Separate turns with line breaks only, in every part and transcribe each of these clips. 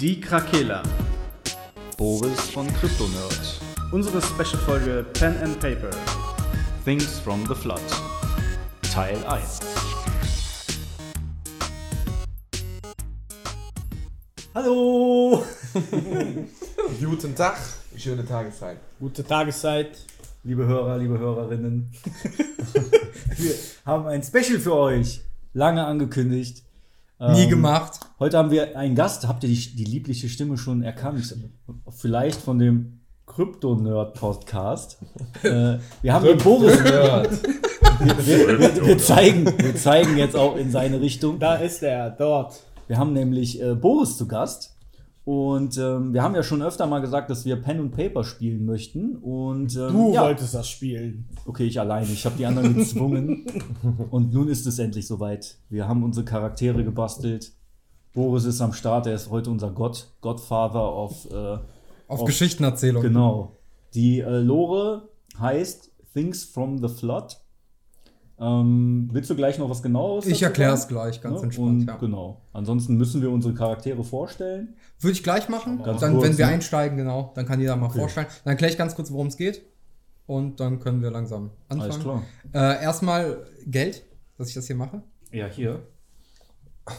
Die Krakela.
Boris von CryptoNerd.
Unsere Special-Folge Pen and Paper.
Things from the Flood. Teil 1.
Hallo!
Guten Tag, schöne Tageszeit.
Gute Tageszeit, liebe Hörer, liebe Hörerinnen. wir haben ein Special für euch. Lange angekündigt.
Nie
Ähm,
gemacht.
Heute haben wir einen Gast. Habt ihr die, die liebliche Stimme schon erkannt? Vielleicht von dem Krypto-Nerd-Podcast. Äh, wir haben den Boris.
Nerd.
Wir, wir, wir, zeigen, wir zeigen jetzt auch in seine Richtung.
Da ist er, dort.
Wir haben nämlich äh, Boris zu Gast. Und ähm, wir haben ja schon öfter mal gesagt, dass wir Pen und Paper spielen möchten. Und ähm,
Du
ja,
wolltest das spielen.
Okay, ich alleine. Ich habe die anderen gezwungen. Und nun ist es endlich soweit. Wir haben unsere Charaktere gebastelt. Boris ist am Start. Er ist heute unser Gott, Godfather of. Äh,
Auf
Auf-
Geschichtenerzählung.
genau. Die äh, Lore heißt Things from the Flood. Ähm, willst du gleich noch was genaueres?
Ich
dazu
erkläre es
sagen?
gleich, ganz
Ne?
entspannt.
Und,
Ja.
Genau. Ansonsten müssen wir unsere Charaktere vorstellen.
Würde ich gleich machen.
Ganz
dann,
kurz,
wenn wir
ne?
einsteigen, genau, dann kann jeder mal vorstellen. Dann erkläre ich ganz kurz, worum es geht. Und dann können wir langsam anfangen.
Alles klar.
Äh, erstmal Geld, dass ich das hier mache.
Ja, hier.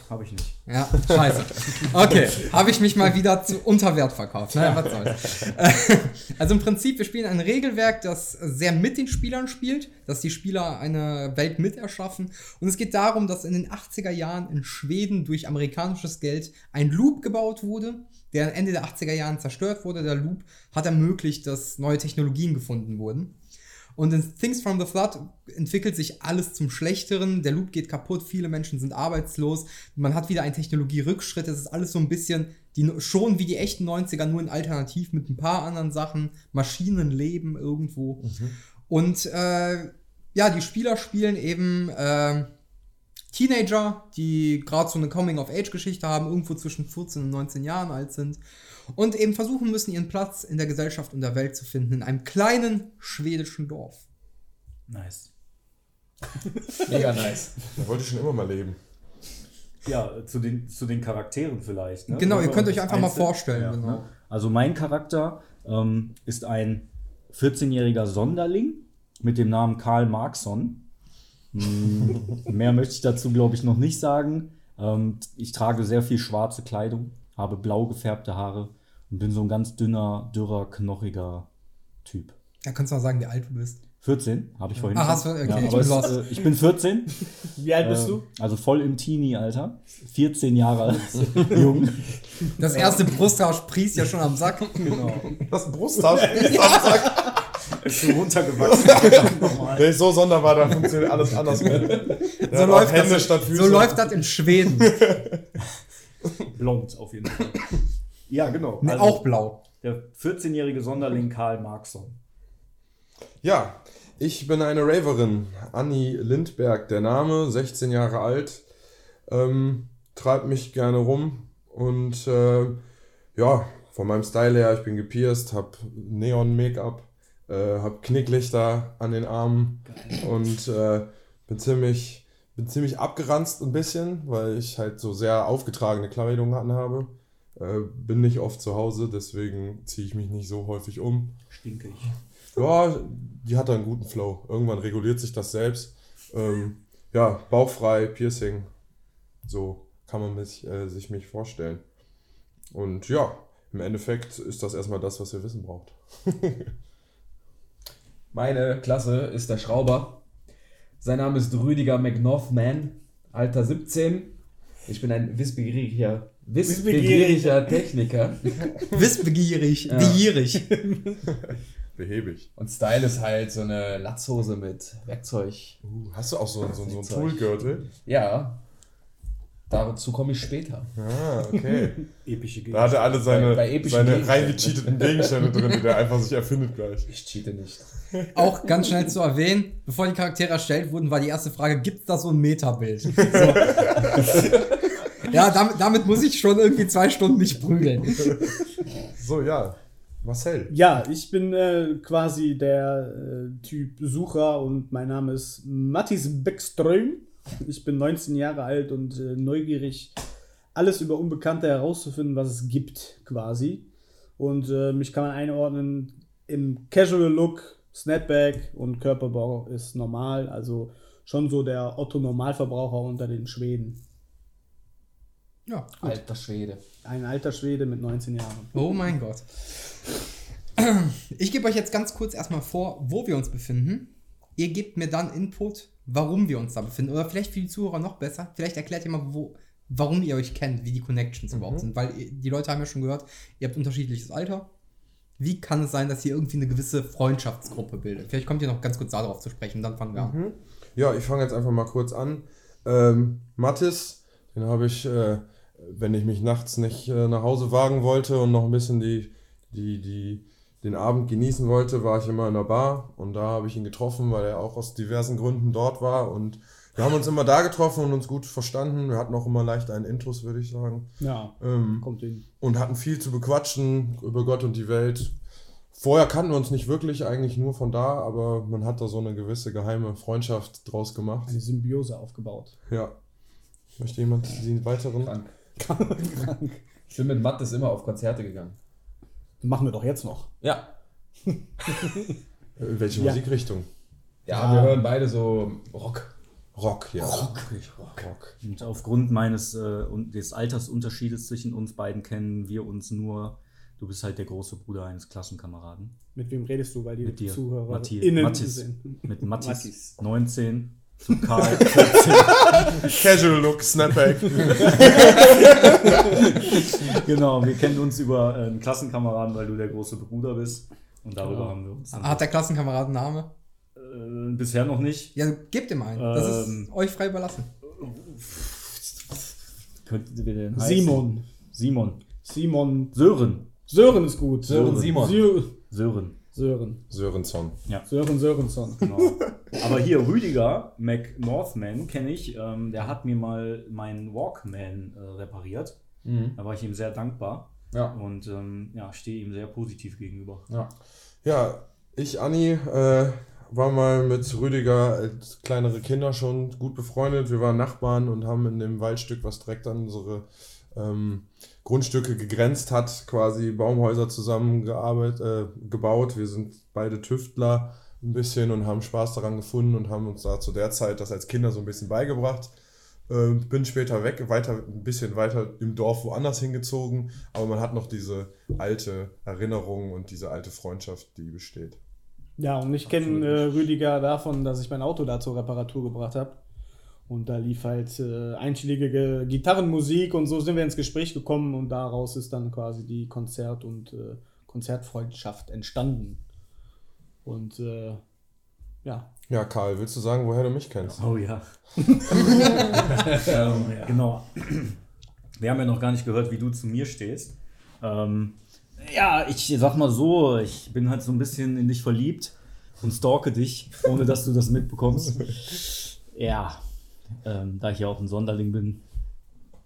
Habe ich nicht.
Ja, scheiße. Okay, habe ich mich mal wieder zu Unterwert verkauft. Naja, was soll's. Äh, Also im Prinzip, wir spielen ein Regelwerk, das sehr mit den Spielern spielt, dass die Spieler eine Welt mit erschaffen. Und es geht darum, dass in den 80er Jahren in Schweden durch amerikanisches Geld ein Loop gebaut wurde, der Ende der 80er Jahren zerstört wurde. Der Loop hat ermöglicht, dass neue Technologien gefunden wurden. Und in Things from the Flood entwickelt sich alles zum Schlechteren. Der Loop geht kaputt, viele Menschen sind arbeitslos. Man hat wieder einen Technologierückschritt. Es ist alles so ein bisschen die, schon wie die echten 90er, nur in Alternativ mit ein paar anderen Sachen. Maschinen leben irgendwo. Und äh, ja, die Spieler spielen eben äh, Teenager, die gerade so eine Coming-of-Age-Geschichte haben, irgendwo zwischen 14 und 19 Jahren alt sind. Und eben versuchen müssen, ihren Platz in der Gesellschaft und der Welt zu finden, in einem kleinen schwedischen Dorf.
Nice.
Mega nice. Da wollte ich schon immer mal leben.
Ja, zu den, zu den Charakteren vielleicht. Ne?
Genau, ihr
Wollen wir
könnt
uns
euch einfach mal
einzeln-
vorstellen,
Ja,
genau.
ne? Also mein Charakter ähm, ist ein 14-jähriger Sonderling mit dem Namen Karl Markson. Hm, mehr möchte ich dazu, glaube ich, noch nicht sagen. Ähm, ich trage sehr viel schwarze Kleidung, habe blau gefärbte Haare und bin so ein ganz dünner, dürrer, knochiger Typ.
Da kannst du mal sagen, wie alt du bist.
14, habe ich vorhin
Ah, hast du-
gesagt.
okay,
ja,
ich
aber
bin
es, äh,
lost.
ich bin 14
Wie alt bist
äh,
du?
Also voll im Teenie-Alter. 14 Jahre alt. Jung.
Das erste Brusthaar sprießt ja schon am Sack. Genau.
Das Brusthaar ist am Sack.
Ist so runtergewachsen.
Wenn ich so sonder war, dann funktioniert alles anders.
So, läuft
Hände
das,
statt Füße.
so läuft das in Schweden.
Blond auf jeden Fall. Ja, genau.
Nee,
Also,
Auch blau.
Der 14-jährige Sonderling Karl Markson.
Ja, ich bin eine Raverin. Anni Lindberg, der Name, 16 Jahre alt. Ähm, treibt mich gerne rum. Und äh, ja, von meinem Style her, ich bin gepierst, hab Neon-Make-up, äh, hab Knicklichter an den Armen und äh, bin ziemlich bin ziemlich abgeranzt ein bisschen, weil ich halt so sehr aufgetragene Kleidung anhabe. Äh, bin nicht oft zu Hause, deswegen ziehe ich mich nicht so häufig um.
Stinke ich.
Ja, die hat da einen guten Flow. Irgendwann reguliert sich das selbst. Ähm, ja, bauchfrei, Piercing. So kann man mich, äh, sich mich vorstellen. Und ja, im Endeffekt ist das erstmal das, was ihr wissen braucht.
Meine Klasse ist der Schrauber. Sein Name ist Rüdiger McNorthman, Alter 17. Ich bin ein wissbegieriger, wissbegieriger Techniker.
Wissbegierig,
Ja.
begierig.
Behäbig.
Und Style ist halt so eine Latzhose mit Werkzeug.
Uh, hast du auch so, so, so einen
Zeug.
Toolgürtel?
Ja, dazu komme ich später.
Ah, okay.
Epische
Da hat er alle seine,
Bei- bei epischen
seine
Gegenständen.
reingecheateten Gegenstände drin, die der einfach sich erfindet gleich.
Ich cheate nicht.
Auch ganz schnell zu erwähnen, bevor die Charaktere erstellt wurden, war die erste Frage, gibt es da so ein Metabild? So. ja, damit, damit muss ich schon irgendwie zwei Stunden nicht prügeln.
So, ja. Marcel.
Ja, ich bin äh, quasi der äh, Typ Sucher und mein Name ist Mattis Beckström. Ich bin 19 Jahre alt und äh, neugierig alles über Unbekannte herauszufinden, was es gibt, quasi. Und äh, mich kann man einordnen im Casual Look, Snapback und Körperbau ist normal, also schon so der Otto Normalverbraucher unter den Schweden.
Ja.
Alter Schwede.
Ein alter Schwede mit 19 Jahren.
Oh mein Gott. Ich gebe euch jetzt ganz kurz erstmal vor, wo wir uns befinden. Ihr gebt mir dann Input, warum wir uns da befinden. Oder vielleicht für die Zuhörer noch besser. Vielleicht erklärt ihr mal, wo, warum ihr euch kennt, wie die Connections überhaupt sind. Weil ihr- die Leute haben ja schon gehört, ihr habt unterschiedliches Alter. Wie kann es sein, dass ihr irgendwie eine gewisse Freundschaftsgruppe bildet? Vielleicht kommt ihr noch ganz kurz darauf zu sprechen, dann fangen wir an.
Ja, ich fange jetzt einfach mal kurz an. Ähm, Mattis, den habe ich, äh, wenn ich mich nachts nicht äh, nach Hause wagen wollte und noch ein bisschen die, die, die, den Abend genießen wollte, war ich immer in der Bar und da habe ich ihn getroffen, weil er auch aus diversen Gründen dort war und wir haben uns immer da getroffen und uns gut verstanden. Wir hatten auch immer leicht einen Intus, würde ich sagen.
Ja,
Ähm,
kommt hin.
und hatten viel zu bequatschen über Gott und die Welt. Vorher kannten wir uns nicht wirklich, eigentlich nur von da, aber man hat da so eine gewisse geheime Freundschaft draus gemacht.
Eine Symbiose aufgebaut.
Ja. Möchte jemand die weiteren?
Krank.
Krank.
Ich bin mit Mattes immer auf Konzerte gegangen.
Machen wir doch jetzt noch.
Ja.
Äh, Welche
Ja.
Musikrichtung?
Ja, wir hören beide so Rock.
Rock, ja. Rock.
Und aufgrund meines äh, und des Altersunterschiedes zwischen uns beiden kennen wir uns nur. Du bist halt der große Bruder eines Klassenkameraden.
Mit wem redest du, weil die
Mit dir.
Zuhörer
Matthi-
innen
Mattis.
sind?
Mit Mattis,
Mattis.
19, zu Karl 14.
Casual Look, Snapback.
genau, wir kennen uns über äh, einen Klassenkameraden, weil du der große Bruder bist. Und darüber haben wir uns.
Ah, Hat der Klassenkamerad einen Namen?
Äh, bisher noch nicht.
Ja, gebt ihm einen. Das
Ähm.
ist euch frei überlassen.
Könnten wir den heißen?
Simon.
Simon.
Simon.
Sören.
Sören ist gut.
Sören
Simon.
Sö-
Sören.
Sören.
Sörensson.
Sören Sörensson.
Genau. Aber hier Rüdiger McNorthman kenne ich. Ähm, der hat mir mal meinen Walkman äh, repariert. Da war ich ihm sehr dankbar
Mhm. Ja.
und ähm, ja, stehe ihm sehr positiv gegenüber.
ja.
Ja, ich, Anni, äh, war mal mit Rüdiger als kleinere Kinder schon gut befreundet. Wir waren Nachbarn und haben in dem Waldstück, was direkt an unsere ähm, Grundstücke gegrenzt hat, quasi Baumhäuser zusammengearbeitet, äh, gebaut. Wir sind beide Tüftler ein bisschen und haben Spaß daran gefunden und haben uns da zu der Zeit das als Kinder so ein bisschen beigebracht. Äh, bin später weg, weiter, ein bisschen weiter im Dorf woanders hingezogen, aber man hat noch diese alte Erinnerung und diese alte Freundschaft, die besteht.
Ja, und ich kenne äh, Rüdiger davon, dass ich mein Auto da zur Reparatur gebracht habe. Und da lief halt äh, einschlägige Gitarrenmusik und so sind wir ins Gespräch gekommen und daraus ist dann quasi die Konzert- und äh, Konzertfreundschaft entstanden. Und äh, ja,
Ja, Karl, willst du sagen, woher du mich kennst?
Oh ja. ähm, Genau. Wir haben ja noch gar nicht gehört, wie du zu mir stehst. Ähm, ja, ich sag mal so, ich bin halt so ein bisschen in dich verliebt und stalke dich, ohne dass du das mitbekommst. Ja, ähm, da ich ja auch ein Sonderling bin,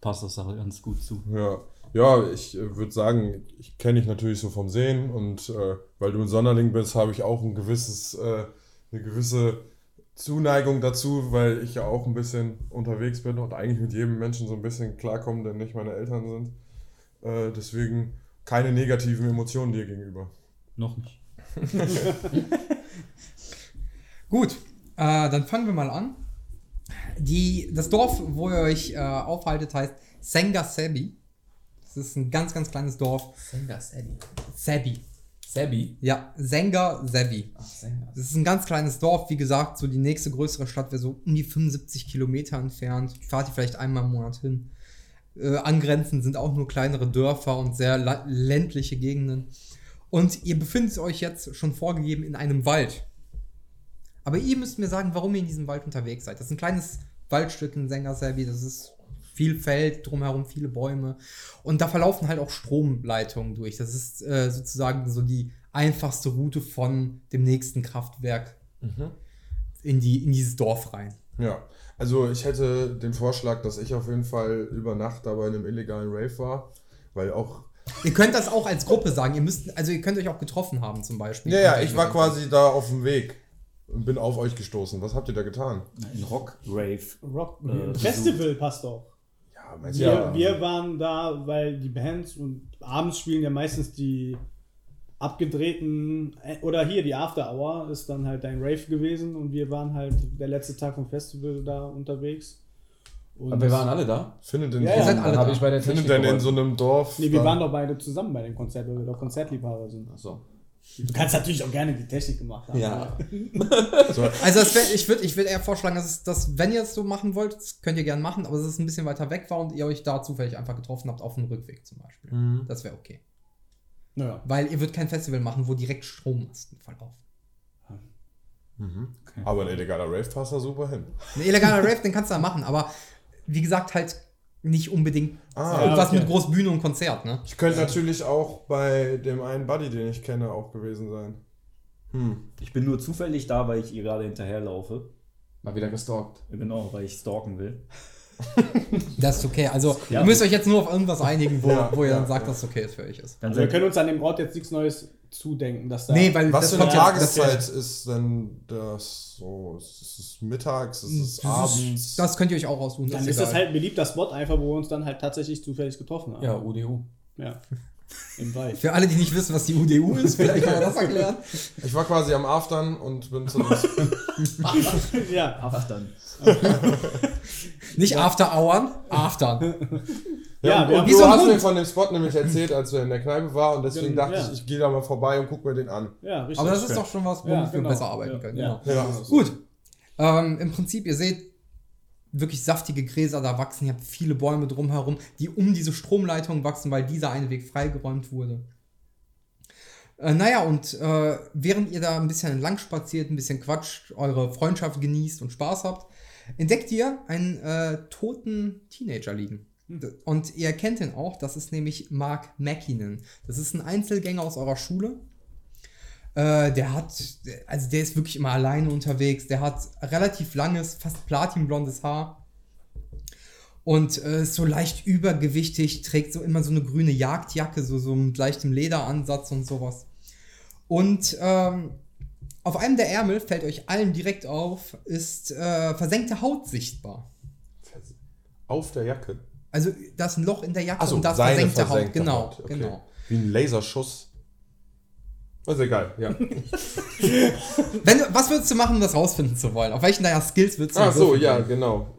passt das auch ganz gut zu.
Ja, ja ich würde sagen, ich kenne dich natürlich so vom Sehen und äh, weil du ein Sonderling bist, habe ich auch ein gewisses, äh, eine gewisse Zuneigung dazu, weil ich ja auch ein bisschen unterwegs bin und eigentlich mit jedem Menschen so ein bisschen klarkomme, der nicht meine Eltern sind. Äh, deswegen keine negativen Emotionen dir gegenüber.
Noch nicht.
Gut, äh, dann fangen wir mal an. Die, das Dorf, wo ihr euch äh, aufhaltet, heißt Sengasebi. Das ist ein ganz, ganz kleines Dorf.
Sänger Sebi.
Sebi.
Sebi?
Ja, Sengasebi.
Ach, Sänger.
Das ist ein ganz kleines Dorf. Wie gesagt, so die nächste größere Stadt wäre so um die 75 Kilometer entfernt. Fahrt ihr vielleicht einmal im Monat hin. Äh, angrenzend sind auch nur kleinere Dörfer und sehr la- ländliche Gegenden. Und ihr befindet euch jetzt schon vorgegeben in einem Wald. Aber ihr müsst mir sagen, warum ihr in diesem Wald unterwegs seid. Das ist ein kleines Waldstück in Sengaserbi. Das ist viel Feld, drumherum viele Bäume. Und da verlaufen halt auch Stromleitungen durch. Das ist äh, sozusagen so die einfachste Route von dem nächsten Kraftwerk
Mhm.
in, die, in dieses Dorf rein.
Ja, also ich hätte den Vorschlag, dass ich auf jeden Fall über Nacht dabei in einem illegalen Rave war, weil auch
Ihr könnt das auch als Gruppe sagen. Ihr müsst, also ihr könnt euch auch getroffen haben zum Beispiel.
Ja, ja, ich war quasi da auf dem Weg und bin auf euch gestoßen. Was habt ihr da getan?
Ein Rock-Rave.
Rock
Äh,
Festival passt auch.
Ja, Ja, meinst du,
Wir,
ja.
wir waren da, weil die Bands und abends spielen ja meistens die abgedrehten äh, oder hier die After Hour ist dann halt dein Rave gewesen und wir waren halt der letzte Tag vom Festival da unterwegs. Und
Aber wir waren alle da.
findet in,
Ja, ja. Dann
so,
Ihr seid
Dann
alle da.
habe ich bei der
findet denn
Technik
in
geholfen.
so einem Dorf.
Nee, wir
dann-
waren doch beide zusammen bei dem Konzert, weil wir doch Konzertliebhaber sind.
Ach so.
Du kannst natürlich auch gerne die Technik gemacht haben.
Ja.
Also das wär, ich würde ich würd eher vorschlagen, dass, es, dass wenn ihr es so machen wollt, das könnt ihr gerne machen, aber dass es ein bisschen weiter weg war und ihr euch da zufällig einfach getroffen habt auf dem Rückweg zum Beispiel.
Mhm.
Das wäre okay.
Naja.
Weil ihr würdet kein Festival machen, wo direkt Strommasten verlaufen.
Aber ein illegaler Rave passt da super hin.
Ein illegaler Rave, den kannst du da machen, aber wie gesagt, halt nicht unbedingt
Ah,
irgendwas
okay.
mit Großbühne und Konzert, ne?
Ich könnte natürlich auch bei dem einen Buddy, den ich kenne, auch gewesen sein. Hm.
Ich bin nur zufällig da, weil ich ihr gerade hinterherlaufe.
Mal wieder gestalkt.
Genau, weil ich stalken will.
Das ist okay. Also
Ja.
ihr müsst euch jetzt nur auf irgendwas einigen, wo,
Ja,
wo ihr
ja,
dann sagt,
ja.
dass es okay ist für euch ist.
Dann
Also wir
seid,
können uns an dem Ort jetzt nichts Neues zudenken, dass da.
Nee, weil
Was
das
für eine
kommt ja-
Tageszeit ist denn das so? Ist es mittags? Ist es
Das,
abends?
ist, das könnt ihr euch auch aussuchen.
dann
das
ist,
ist
das
egal.
halt ein beliebter Spot einfach, wo wir uns dann halt tatsächlich zufällig getroffen haben.
Ja, UDU.
Ja. Im Wald.
Für alle, die nicht wissen, was die UDU ist, vielleicht kann man das erklären.
ich war quasi am Aftern und bin zu dem
ja.
aftern.
Nicht After Hours, After.
Ja, wir
und
haben-
wie
du
so ein
hast
Hund.
mir von dem Spot nämlich erzählt, als wir in der Kneipe waren und deswegen
Genau,
dachte
ja.
ich, ich gehe da mal vorbei und guck mir den an.
ja, richtig.
Aber das ist doch schon was, womit
Ja,
wir
genau.
besser arbeiten
Ja.
können.
Ja.
Genau.
Ja.
Gut. Ähm, Im Prinzip, ihr seht wirklich saftige Gräser da wachsen. Ihr habt viele Bäume drumherum, die um diese Stromleitung wachsen, weil dieser eine Weg freigeräumt wurde. Äh, naja, und äh, während ihr da ein bisschen entlang spaziert, ein bisschen quatscht, eure Freundschaft genießt und Spaß habt, entdeckt ihr einen äh, toten Teenager liegen. Und ihr kennt ihn auch, das ist nämlich Mark Mackinnon. Das ist ein Einzelgänger aus eurer Schule. Äh, der hat, also der ist wirklich immer alleine unterwegs. Der hat relativ langes, fast platinblondes Haar. Und äh, ist so leicht übergewichtig, trägt so immer so eine grüne Jagdjacke, so, so mit leichtem Lederansatz und sowas. Und ähm, auf einem der Ärmel, fällt euch allen direkt auf, ist äh, versenkte Haut sichtbar.
Auf der Jacke.
Also da ist ein Loch in der Jacke
Achso,
und da ist
seine
versenkte, Haut.
versenkte
Genau,
Haut. Okay.
genau.
Wie ein Laserschuss. Ist egal, ja.
Wenn, du- was würdest du machen, um das rausfinden zu wollen? Auf welchen deiner Skills würdest du
Ach so,
würfeln?
ja, genau.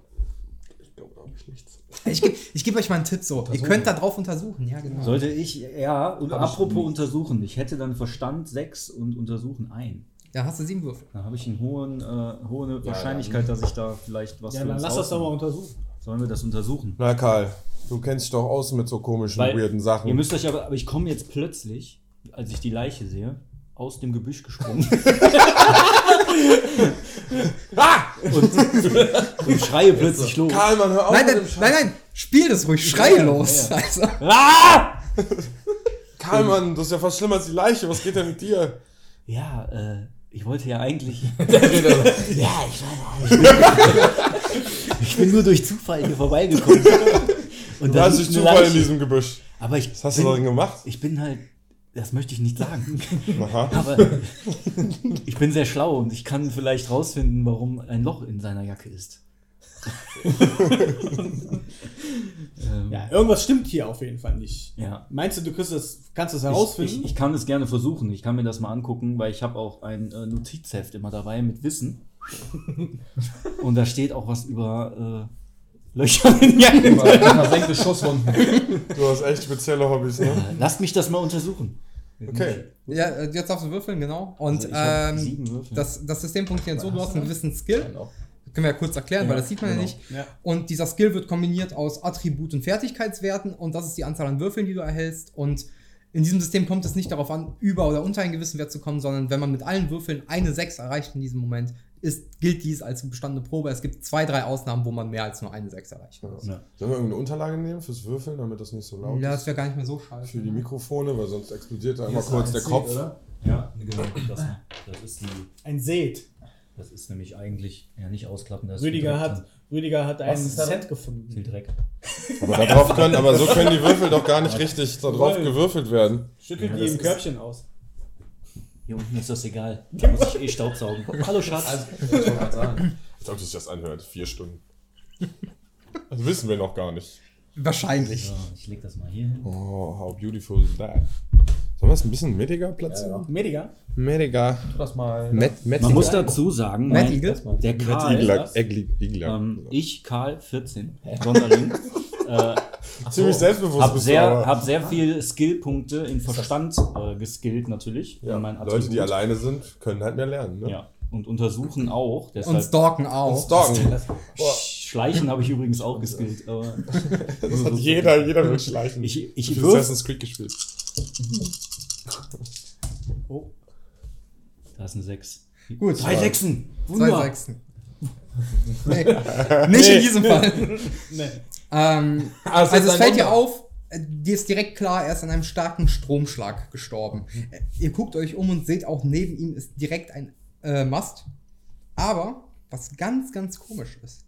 Ich glaube, da habe ich nichts.
Ich gebe ich geb euch mal einen Tipp so. Ihr könnt da drauf untersuchen, ja, genau.
Sollte ich, ja, und
Hm. Hab ich
apropos
nie.
untersuchen. Ich hätte dann Verstand 6 und untersuchen 1.
Da hast du sieben Würfel.
Dann habe ich eine hohen, äh, hohe Wahrscheinlichkeit, dass ich da vielleicht was
ja,
für
dann
uns
lass das doch
rausnehme.
mal untersuchen.
Sollen wir das untersuchen?
Na, Karl, du kennst dich doch aus mit so komischen,
Weil-
weirden
Ihr
Sachen.
müsst euch aber, aber ich komme jetzt plötzlich, als ich die Leiche sehe, aus dem Gebüsch gesprungen. Ah! und, und schreie plötzlich los.
Karl, man hör auf
Nein,
mit
nein,
dem Scheiß.
nein, nein, spiel das ruhig, schrei los. Also,
Ah!
Karl, Mann, das ist ja fast schlimmer als die Leiche. Was geht denn mit dir?
Ja, äh, ich wollte ja eigentlich. ja, ich war Ich bin nur durch Zufall hier vorbeigekommen. Und
Du
da
hast
liegt
dich
eine
Zufall in
Leiche.
diesem Gebüsch.
Aber ich,
Was hast du darin
bin,
gemacht?
ich bin halt. Das möchte ich nicht sagen.
Aha.
Aber ich bin sehr schlau und ich kann vielleicht rausfinden, warum ein Loch in seiner Jacke ist. ähm, ja.
Ja, irgendwas stimmt hier auf jeden Fall nicht.
ja.
Meinst du, du kriegst das, kannst das
Ich,
herausfinden?
ich, ich kann es gerne versuchen. Ich kann mir das mal angucken, weil ich habe auch ein äh, Notizheft immer dabei mit Wissen. und da steht auch was über äh, Löcher in Jacken.
Ver- Versenkte Schusswunden.
Du hast echt spezielle Hobbys, ne?
Lasst mich das mal untersuchen.
Okay.
ja, äh, jetzt darfst du würfeln, genau. Und
Also ich hab
ähm,
sieben Würfel.
das, das System funktioniert so, du hast einen gewissen Skill.
Genau.
Können wir ja kurz erklären,
Ja,
weil das sieht man ja
genau.
nicht.
Ja.
Und dieser Skill wird kombiniert aus Attribut und Fertigkeitswerten und das ist die Anzahl an Würfeln, die du erhältst. Und in diesem System kommt es nicht darauf an, über oder unter einen gewissen Wert zu kommen, sondern wenn man mit allen Würfeln eine 6 erreicht in diesem Moment, ist, gilt dies als bestandene Probe. Es gibt zwei, drei Ausnahmen, wo man mehr als nur eine 6 erreicht.
Sollen wir irgendeine Unterlage nehmen fürs Würfeln, damit das nicht so laut
Ja,
ist?
das wäre gar nicht mehr so scheiße.
Für die Mikrofone, weil sonst explodiert da
Hier
immer
ist
kurz
ein
der
C,
Kopf.
oder?
Ja, genau. Das, das, ist, die,
Ein Seed.
das ist nämlich eigentlich ja nicht ausklappen. Das ist
Rüdiger
gedrückt
hat, Rüdiger hat ein
ist da
Set
dann Viel
gefunden.
Dreck.
Aber, da drauf können, aber so können die Würfel doch gar nicht richtig da drauf
Nein.
gewürfelt werden.
Schüttelt
Ja,
die
das
im
ist-
Körbchen aus.
Hier unten ist das egal. Da muss ich eh staubsaugen. Hallo Schatz.
Also, ich wollte gerade sagen.
Als ob sich das anhört. Vier Stunden. Das wissen wir noch gar nicht.
Wahrscheinlich.
So, ich leg das mal hier hin.
Oh, how beautiful is that? Sollen wir es ein bisschen mediger platzieren?
Mediga?
Mediger.
Tu das mal.
Met, met,
Man muss dazu sagen,
Matt
mein-
Eagle?
der Karl,
Igler, Egli, Igler.
Ah, ähm, ich Karl 14, Sonderling, äh,
Ziemlich selbstbewusst
habe
bist
sehr,
aber-
hab sehr viel Skillpunkte in Verstand äh, geskillt natürlich.
ja,
in meinen
Leute, die
Attributen.
alleine sind, können halt mehr lernen. Ne?
Ja, und untersuchen auch. Deshalb
Und stalken auch.
Und Stalken.
Sch- Schleichen habe ich übrigens auch geskillt. Aber
Das hat jeder, jeder will schleichen.
ich
Ich
ich
hab
würf,
Assassin's Creed gespielt.
Oh.
Da ist eine 6.
Gut.
Drei Sechsen.
Zwei
Wunder.
Sechsen. Nee. Nicht in diesem Fall.
Nee.
Ähm,
Ah, es
also
ist
es
ein
fällt dir
Wunder.
auf, äh, dir ist direkt klar, er ist an einem starken Stromschlag gestorben. Äh, Ihr guckt euch um und seht auch, neben ihm ist direkt ein äh, Mast. Aber, was ganz, ganz komisch ist,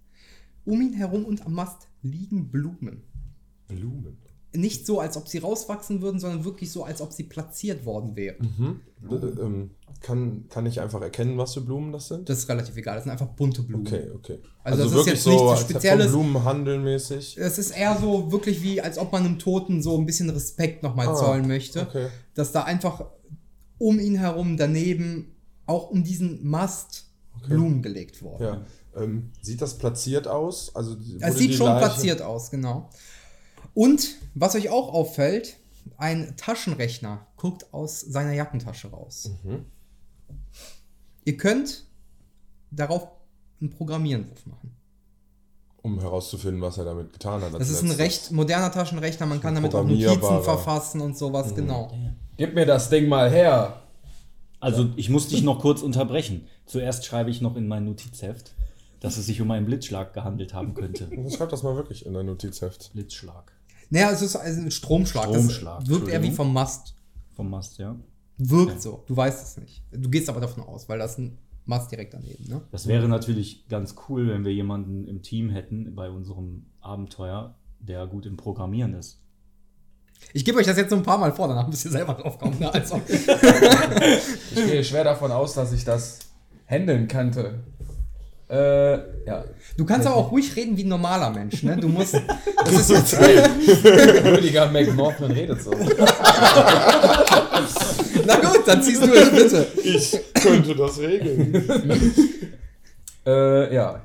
um ihn herum und am Mast liegen Blumen.
Blumen.
Nicht so, als ob sie rauswachsen würden, sondern wirklich so, als ob sie platziert worden wären.
Äh, ähm, kann, kann ich einfach erkennen, was für Blumen das sind?
Das ist relativ egal, das sind einfach bunte Blumen.
Okay, okay.
Also das ist jetzt nichts
als
Spezielles.
halt Vom Blumenhandel mäßig.
Es ist eher so wirklich wie, als ob man einem Toten so ein bisschen Respekt nochmal
Ah,
zollen möchte.
okay.
Dass da einfach um ihn herum, daneben, auch um diesen Mast Blumen gelegt wurden.
Ja. Ähm, sieht das platziert aus? Also wurde
Es sieht
die
schon
Leiche-
platziert aus, genau. Und was euch auch auffällt, ein Taschenrechner guckt aus seiner Jackentasche raus.
Mhm.
Ihr könnt darauf einen Programmierenwurf machen.
Um herauszufinden, was er damit getan hat. als
Das ist ein
letztes.
recht moderner Taschenrechner, man kann damit auch Notizen
programmierbarer.
verfassen und sowas,
Mhm.
genau.
Gib mir das Ding mal her.
Also ich muss dich noch kurz unterbrechen. Zuerst schreibe ich noch in mein Notizheft, dass es sich um einen Blitzschlag gehandelt haben könnte.
Schreib das mal wirklich in dein Notizheft.
Blitzschlag
Naja, es ist also ein Stromschlag.
Stromschlag,
das wirkt eher wie
Entschuldigung.
vom Mast.
vom Mast, ja.
Wirkt so. Du weißt es nicht. Du gehst aber davon aus, weil das ein Mast direkt daneben, ne?
Das wäre natürlich ganz cool, wenn wir jemanden im Team hätten bei unserem Abenteuer, der gut im Programmieren ist.
Ich gebe euch das jetzt so ein paar Mal vor, danach müsst ihr selber drauf kommen. Ne? Also,
Ich gehe schwer davon aus, dass ich das handeln könnte. Äh, ja.
du kannst aber auch ruhig reden wie ein normaler Mensch, ne? Du musst. Das ist jetzt,
Rüdiger McNaughton redet so.
na gut, dann ziehst du es bitte.
Ich könnte das regeln.
Äh, ja.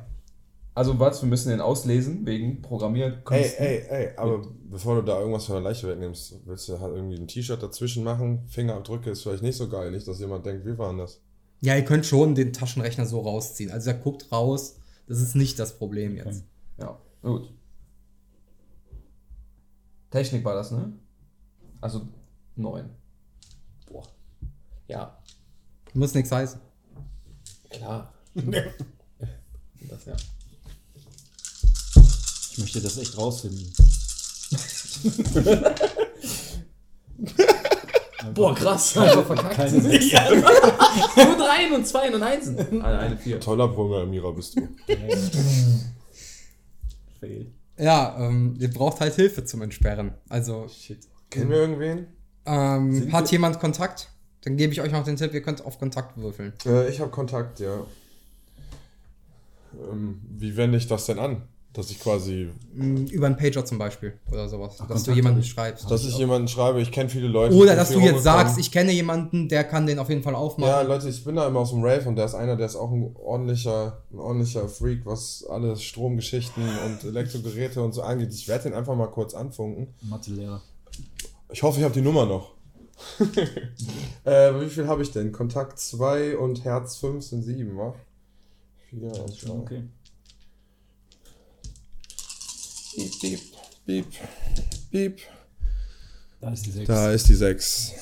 Also was, wir müssen den auslesen wegen
ey,
Programmierkünsten.
ey, ey, aber bevor du da irgendwas von der Leiche wegnimmst, willst du halt irgendwie ein T-Shirt dazwischen machen? Fingerabdrücke ist vielleicht nicht so geil, nicht, dass jemand denkt, wir waren das.
Ja, ihr könnt schon den Taschenrechner so rausziehen. Also, er guckt raus. Das ist nicht das Problem jetzt.
Ja, na gut. Technik war das, ne? Also neun. Boah. Ja,
Muss nichts heißen.
klar. das ja.
Ich möchte das echt rausfinden.
Boah, krass. Einfach verkackt. Nur dreien und zweien und einsen. Eine, eine vier.
Toller Programmierer bist du.
Fail.
Ja, ähm, ihr braucht halt Hilfe zum Entsperren. Also,
Kennen wir irgendwen?
Ähm, hat jemand Kontakt? Dann gebe ich euch noch den Tipp, ihr könnt auf Kontakt würfeln.
Äh, ich habe Kontakt, ja. Ähm, wie wende ich das denn an? Dass ich quasi,
Mm, Über einen Pager zum Beispiel oder sowas. dass
Kontakt
du jemanden
hab ich.
schreibst.
dass ich jemanden schreibe, ich kenne viele Leute. ich
oder
bin
dass
viel
du jetzt sagst,
rumgekommen.
ich kenne jemanden, der kann den auf jeden Fall
Ja,
aufmachen.
Leute, ich bin da immer aus dem Rave und da ist einer, der ist auch ein ordentlicher, ein ordentlicher Freak, was alle Stromgeschichten und Elektrogeräte und so angeht. Ich werde den einfach mal kurz anfunken.
Mathelehrer.
Ich hoffe, ich habe die Nummer noch. äh, wie viel habe ich denn? Kontakt 2 und Herz 5 sind 7, wa? 4 und 2. Okay.
Okay.
Beep, beep, beep, beep.
Da ist die 6.
Da ist die 6.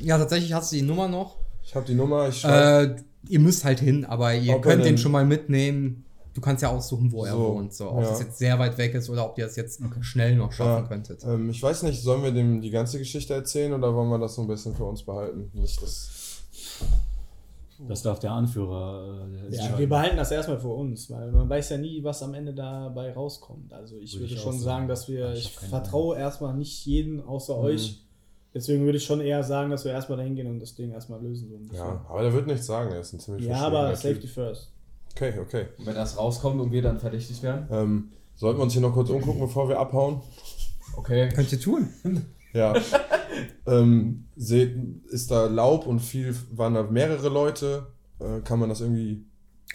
ja. tatsächlich hast du die Nummer noch.
Ich habe die Nummer, ich schreibe.
Äh, ihr müsst halt hin, aber ihr
Ob er
könnt den
denn-
schon mal mitnehmen. Du kannst ja aussuchen, wo er
So,
wohnt. So, ob
ja.
das jetzt sehr weit weg ist oder ob ihr das jetzt schnell noch schaffen
Ja.
könntet.
Ähm, ich weiß nicht, sollen wir dem die ganze Geschichte erzählen oder wollen wir das so ein bisschen für uns behalten? Nicht das.
Das darf der Anführer. äh,
Ja,
entscheiden.
wir behalten das erstmal für uns, weil man weiß ja nie, was am Ende dabei rauskommt. Also ich
Würde
würde
ich auch
schon
sagen.
sagen, dass wir,
Ich
ich,
hab keine
vertraue erstmal nicht jeden außer euch. Deswegen würde ich schon eher sagen, dass wir erstmal dahin gehen und das Ding erstmal lösen. So ein bisschen.
Ja, aber der wird nichts sagen, er ist ein ziemlich
ja
verschwiegener
aber
Typ.
safety first.
Okay, okay.
Und wenn das rauskommt und wir dann verdächtig werden?
Ähm, sollten wir uns hier noch kurz umgucken, bevor wir abhauen?
Okay.
Könnt ihr tun.
Ja. ähm, seht, ist da Laub und viel waren da mehrere Leute. Äh, kann man das irgendwie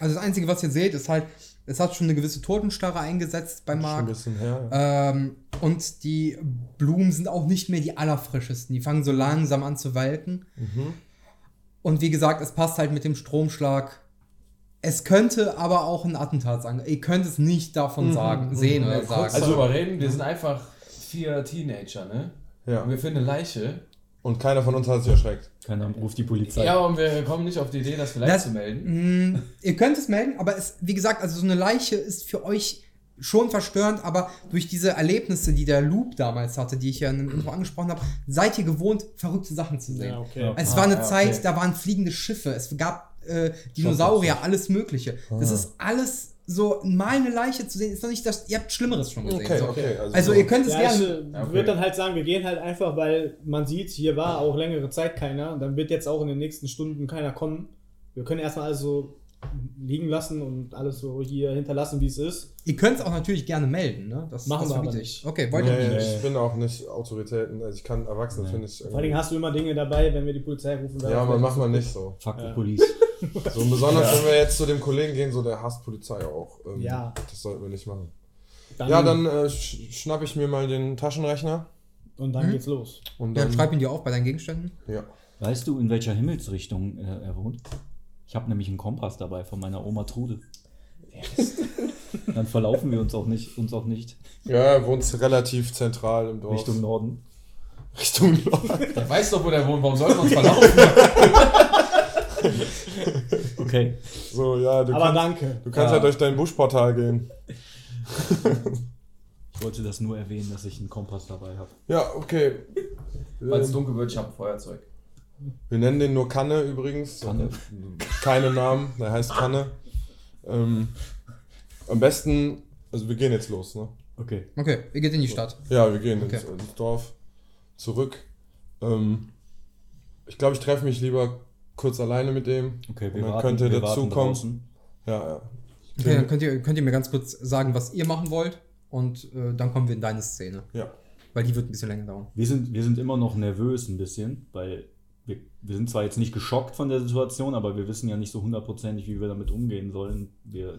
Also das Einzige, was ihr seht, ist halt, es hat schon eine gewisse Totenstarre eingesetzt bei
schon ein
Marc.
bisschen her?
Ähm, und die Blumen sind auch nicht mehr die allerfrischesten. Die fangen so langsam an zu welken.
Mhm.
Und wie gesagt, es passt halt mit dem Stromschlag. Es könnte aber auch ein Attentat sein. Ihr könnt es nicht davon
Mhm.
sagen, sehen oder sagen.
Also darüber reden, wir sind einfach vier Teenager, ne? Und
ja.
wir finden eine Leiche.
Und keiner von uns hat sich erschreckt.
Keiner ruft die Polizei.
Ja, und wir kommen nicht auf die Idee, das vielleicht
Das-
zu melden.
Mm, ihr könnt es melden, aber es, wie gesagt, also so eine Leiche ist für euch schon verstörend, aber durch diese Erlebnisse, die der Loop damals hatte, die ich ja in dem Intro angesprochen habe, seid ihr gewohnt, verrückte Sachen zu sehen.
Ja, okay.
Es war eine
Ah, ja,
Zeit,
okay.
da waren fliegende Schiffe, es gab äh, Dinosaurier, alles Mögliche. Das ist alles so, mal eine Leiche zu sehen, ist noch nicht das, ihr habt Schlimmeres schon gesehen.
Okay,
so.
okay.
Also ihr könnt es
Ja, ich
gerne.
Ja, okay.
würde dann halt sagen, wir gehen halt einfach, weil man sieht, hier war auch längere Zeit keiner. Und dann wird jetzt auch in den nächsten Stunden keiner kommen. Wir können erstmal alles so liegen lassen und alles so hier hinterlassen, wie es ist.
Ihr könnt es auch natürlich gerne melden, ne? Das,
Machen
das
wir aber
verbiete ich.
nicht.
Okay, wollt ihr
Nee,
nicht.
ich bin auch nicht Autoritäten. Also ich kann Erwachsene, finde ich.
Vor allen Dingen hast du immer Dinge dabei, wenn wir die Polizei rufen.
ja, aber macht man nicht so.
Fuck
Ja.
the police.
So und besonders, wenn wir jetzt zu dem Kollegen gehen, so der hasst Polizei auch. Ähm,
Ja.
Das sollten wir nicht machen.
Dann,
ja, dann äh, sch schnapp ich mir mal den Taschenrechner
Und
hm?
dann geht's los.
und
Dann
dann.
schreib ihn dir auf bei deinen Gegenständen.
ja.
Weißt du, in welcher Himmelsrichtung äh, er wohnt? Ich habe nämlich einen Kompass dabei von meiner Oma Trude. Dann verlaufen wir uns auch nicht, uns auch nicht
ja, er wohnt relativ zentral im Dorf.
Richtung Norden.
Richtung Nord.
Der weiß doch, wo der wohnt, warum sollten wir uns verlaufen?
Okay.
So, ja, du
Aber
kannst,
danke.
du kannst ja.
ja.
durch dein Buschportal gehen.
Ich wollte das nur erwähnen, dass ich einen Kompass dabei habe.
Ja, okay.
Weil es
Ähm,
dunkel wird, ich habe Feuerzeug.
Wir nennen den nur Kanne übrigens.
Kanne.
Keine Namen, der heißt Kanne. Ähm, am besten, also wir gehen jetzt los, ne?
Okay.
Okay, ihr geht in die Stadt.
Ja, wir gehen ins,
Okay.
ins Dorf zurück. Ähm, ich glaube, ich treffe mich lieber kurz alleine mit dem.
Okay,
Und
wir
dann
warten,
könnt ihr
wir
dazu
warten
kommen.
draußen.
Ja, ja.
Okay, dann könnt ihr, könnt ihr mir ganz kurz sagen, was ihr machen wollt. Und äh, dann kommen wir in deine Szene.
ja.
Weil die wird ein bisschen länger dauern.
Wir sind, wir sind immer noch nervös ein bisschen, weil wir, wir sind zwar jetzt nicht geschockt von der Situation, aber wir wissen ja nicht so hundertprozentig, wie wir damit umgehen sollen. Wir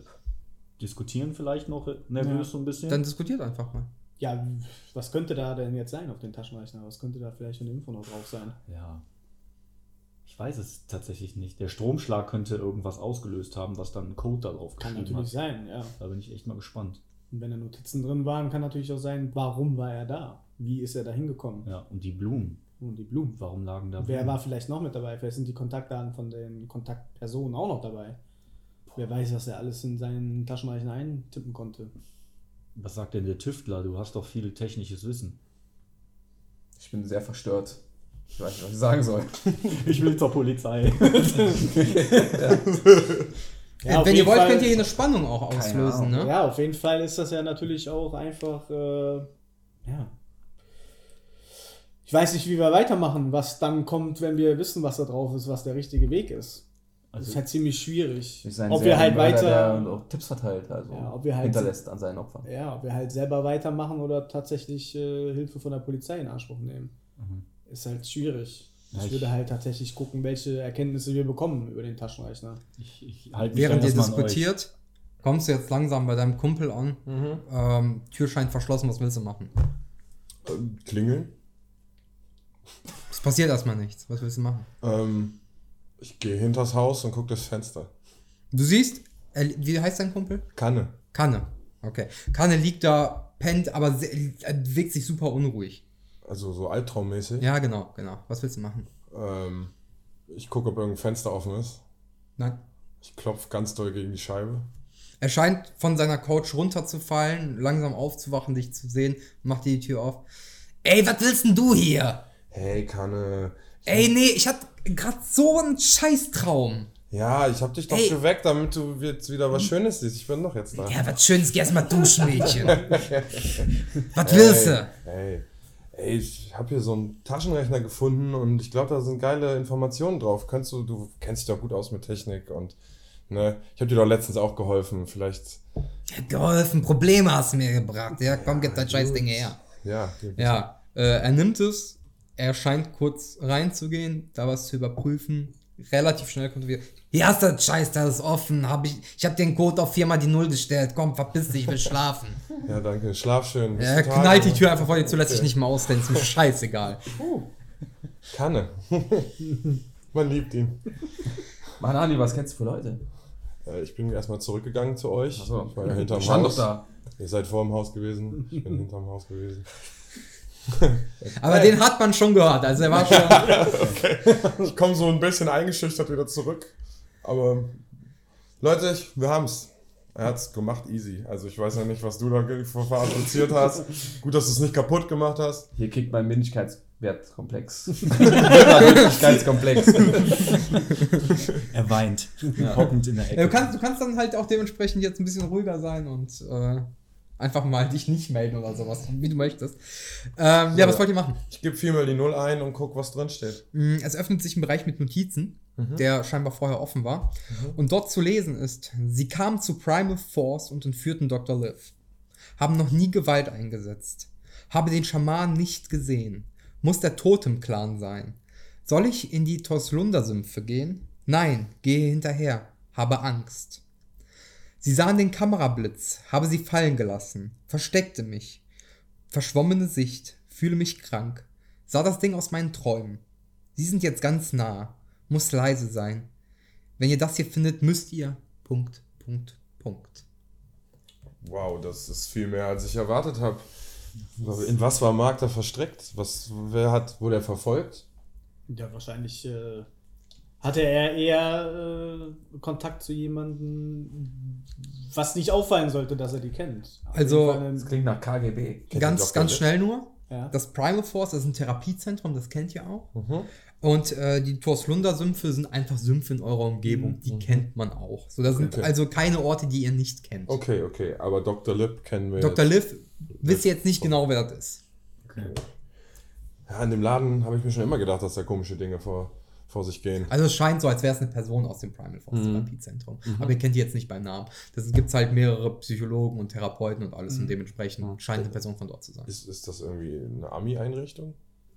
diskutieren vielleicht noch nervös
Ja.
so ein bisschen.
Dann diskutiert einfach mal.
Ja, was könnte da denn jetzt sein auf den Taschenrechner? Was könnte da vielleicht für eine Info noch drauf sein?
Ja. Ich weiß es tatsächlich nicht. Der Stromschlag könnte irgendwas ausgelöst haben, was dann einen Code darauf
Kann
geschrieben
natürlich
hat.
sein, ja.
Da bin ich echt mal gespannt.
Und wenn da Notizen drin waren, kann natürlich auch sein, warum war er da? Wie ist er da hingekommen?
Ja, und die Blumen.
Und die Blumen.
Warum lagen da
Wer
Blumen?
war vielleicht noch mit dabei? Vielleicht sind die Kontaktdaten von den Kontaktpersonen auch noch dabei. Wer weiß, was er alles in seinen Taschenrechner eintippen konnte.
Was sagt denn der Tüftler? Du hast doch viel technisches Wissen.
Ich bin sehr verstört. Ich weiß nicht, was ich sagen soll.
Ich will zur Polizei.
Ja, auf
Äh, Wenn ihr
jeden
wollt,
Fall-
könnt ihr hier eine Spannung auch auslösen,
Ahnung.
ne?
Ja, auf jeden Fall ist das ja natürlich auch einfach, äh, ja. Ich weiß nicht, wie wir weitermachen, was dann kommt, wenn wir wissen, was da drauf ist, was der richtige Weg ist. das ist
Also,
halt ziemlich schwierig.
Ich sein
Ob
sehr
wir halt
ein Mörder, der
weiter,
auch Tipps verteilt, also
Ja, ob wir halt-
hinterlässt an seinen Opfern.
ja, ob wir halt selber weitermachen oder tatsächlich äh, Hilfe von der Polizei in Anspruch nehmen.
Mhm.
Ist halt schwierig.
Ja,
ich
ich-
würde halt tatsächlich gucken, welche Erkenntnisse wir bekommen über den Taschenrechner.
ich, ich halte mich
Während
da
ihr
erstmal an euch.
diskutiert, kommst du jetzt langsam bei deinem Kumpel an.
Mhm.
Ähm, Tür scheint verschlossen, was willst du machen?
Ähm, klingeln.
Es passiert erstmal nichts. Was willst du machen?
Ähm, ich gehe hinters Haus und gucke das Fenster.
Du siehst, er, wie heißt dein Kumpel?
Kanne.
Kanne. Okay. Kanne liegt da, pennt, aber se- er bewegt sich super unruhig.
Also so albtraummäßig.
Ja, genau, genau. Was willst du machen?
Ähm, ich gucke, ob irgendein Fenster offen ist.
Nein.
Ich klopfe ganz doll gegen die Scheibe.
Er scheint von seiner Couch runterzufallen, langsam aufzuwachen, dich zu sehen, macht dir die Tür auf. Ey, was willst denn du hier?
Hey, Kanne.
Ey, nee, ich hatte gerade so einen Scheißtraum.
Ja, ich hab dich doch
Hey.
geweckt, damit du jetzt wieder was Schönes siehst. Ich bin doch jetzt da.
Ja, was Schönes, geh erstmal duschen, Mädchen. was willst du?
Ey, ey, ich habe hier so einen Taschenrechner gefunden und ich glaube, da sind geile Informationen drauf. Kannst du, du kennst dich doch gut aus mit Technik und ne, ich habe dir doch letztens auch geholfen. Vielleicht
Ich hab geholfen, Probleme hast du mir gebracht. Ja, komm, gib dein Scheißding her.
Ja.
Ja, äh, er nimmt es, er scheint kurz reinzugehen, da was zu überprüfen. Relativ schnell kommt er wieder. Hier hast du das Scheiß, das ist offen. Hab ich ich habe den Code auf viermal die Null gestellt. Komm, verpiss dich, ich will schlafen.
Ja, danke. Schlaf schön. Bis
Er
zum Tag.
knallt die Tür einfach vor dir zu, lässt sich nicht mal ausstellen. Ist mir scheißegal.
Kanne. Man liebt ihn.
Mann, Ani, was kennst du für Leute?
Äh, Ich bin erstmal zurückgegangen zu euch. Ich war ja hinterm
Stand
Haus.
doch da.
Ihr seid vor dem Haus gewesen. Ich bin hinterm Haus gewesen.
Aber den hat man schon gehört. Also er war schon.
Ich komme so ein bisschen eingeschüchtert wieder zurück. Aber Leute, ich, wir haben's. Er hat's gemacht, easy. Also ich weiß ja nicht, was du da ge- ver- fabriziert hast. Gut, dass du es nicht kaputt gemacht hast.
Hier kriegt mein Männlichkeitswertkomplex. Männlichkeitskomplex.
Er weint. Hockend in der
Ja,
Ecke.
du, kannst, du kannst dann halt auch dementsprechend jetzt ein bisschen ruhiger sein und äh, einfach mal dich nicht melden oder sowas, wie du möchtest. Ähm, ja, was wollt ihr machen?
Ich gebe viermal die Null ein und guck, was drin steht.
Mm, Es öffnet sich ein Bereich mit Notizen, der scheinbar vorher offen war. Und dort zu lesen ist, sie kamen zu Primal Force und entführten Dr. Liv. Haben noch nie Gewalt eingesetzt. Habe den Schaman nicht gesehen. Muss der Totem-Clan sein. Soll ich in die Toslunda-Sümpfe gehen? Nein, gehe hinterher. Habe Angst. Sie sahen den Kamerablitz, habe sie fallen gelassen, versteckte mich. Verschwommene Sicht, fühle mich krank. Sah das Ding aus meinen Träumen. Sie sind jetzt ganz nah. Muss leise sein. Wenn ihr das hier findet, müsst ihr. Punkt, Punkt, Punkt.
Wow, das ist viel mehr, als ich erwartet habe. In was war Mark da verstrickt? Was, wer hat, wurde er verfolgt?
Ja, wahrscheinlich äh, hatte er eher äh, Kontakt zu jemandem, was nicht auffallen sollte, dass er die kennt. Auf
Also-
jeden Fall
Das
ein-
klingt nach KGB.
Kennt den
Ganz,
Dr.
ganz
Liv?
schnell nur.
ja.
Das Primal Force, das ist ein Therapiezentrum, das kennt ihr auch.
Mhm.
Und äh, die Torslunder-Sümpfe sind einfach Sümpfe in eurer Umgebung. Die kennt man auch. So, das sind
Mhm. Okay.
also keine Orte, die ihr nicht kennt.
Okay, okay, aber Dr. Lip kennen wir.
Dr.
jetzt.
Liv, wisst ihr jetzt nicht genau, wer das ist.
Ja, in dem Laden habe ich mir schon immer gedacht, dass da komische Dinge vor, vor sich gehen.
Also es scheint so, als wäre es eine Person aus dem Primal Force
Mhm.
Therapiezentrum. Aber ihr kennt die jetzt nicht beim Namen. Das gibt es halt mehrere Psychologen und Therapeuten und alles
Mhm.
und dementsprechend scheint eine Person von dort zu sein.
Ist, ist das irgendwie eine Ami-Einrichtung?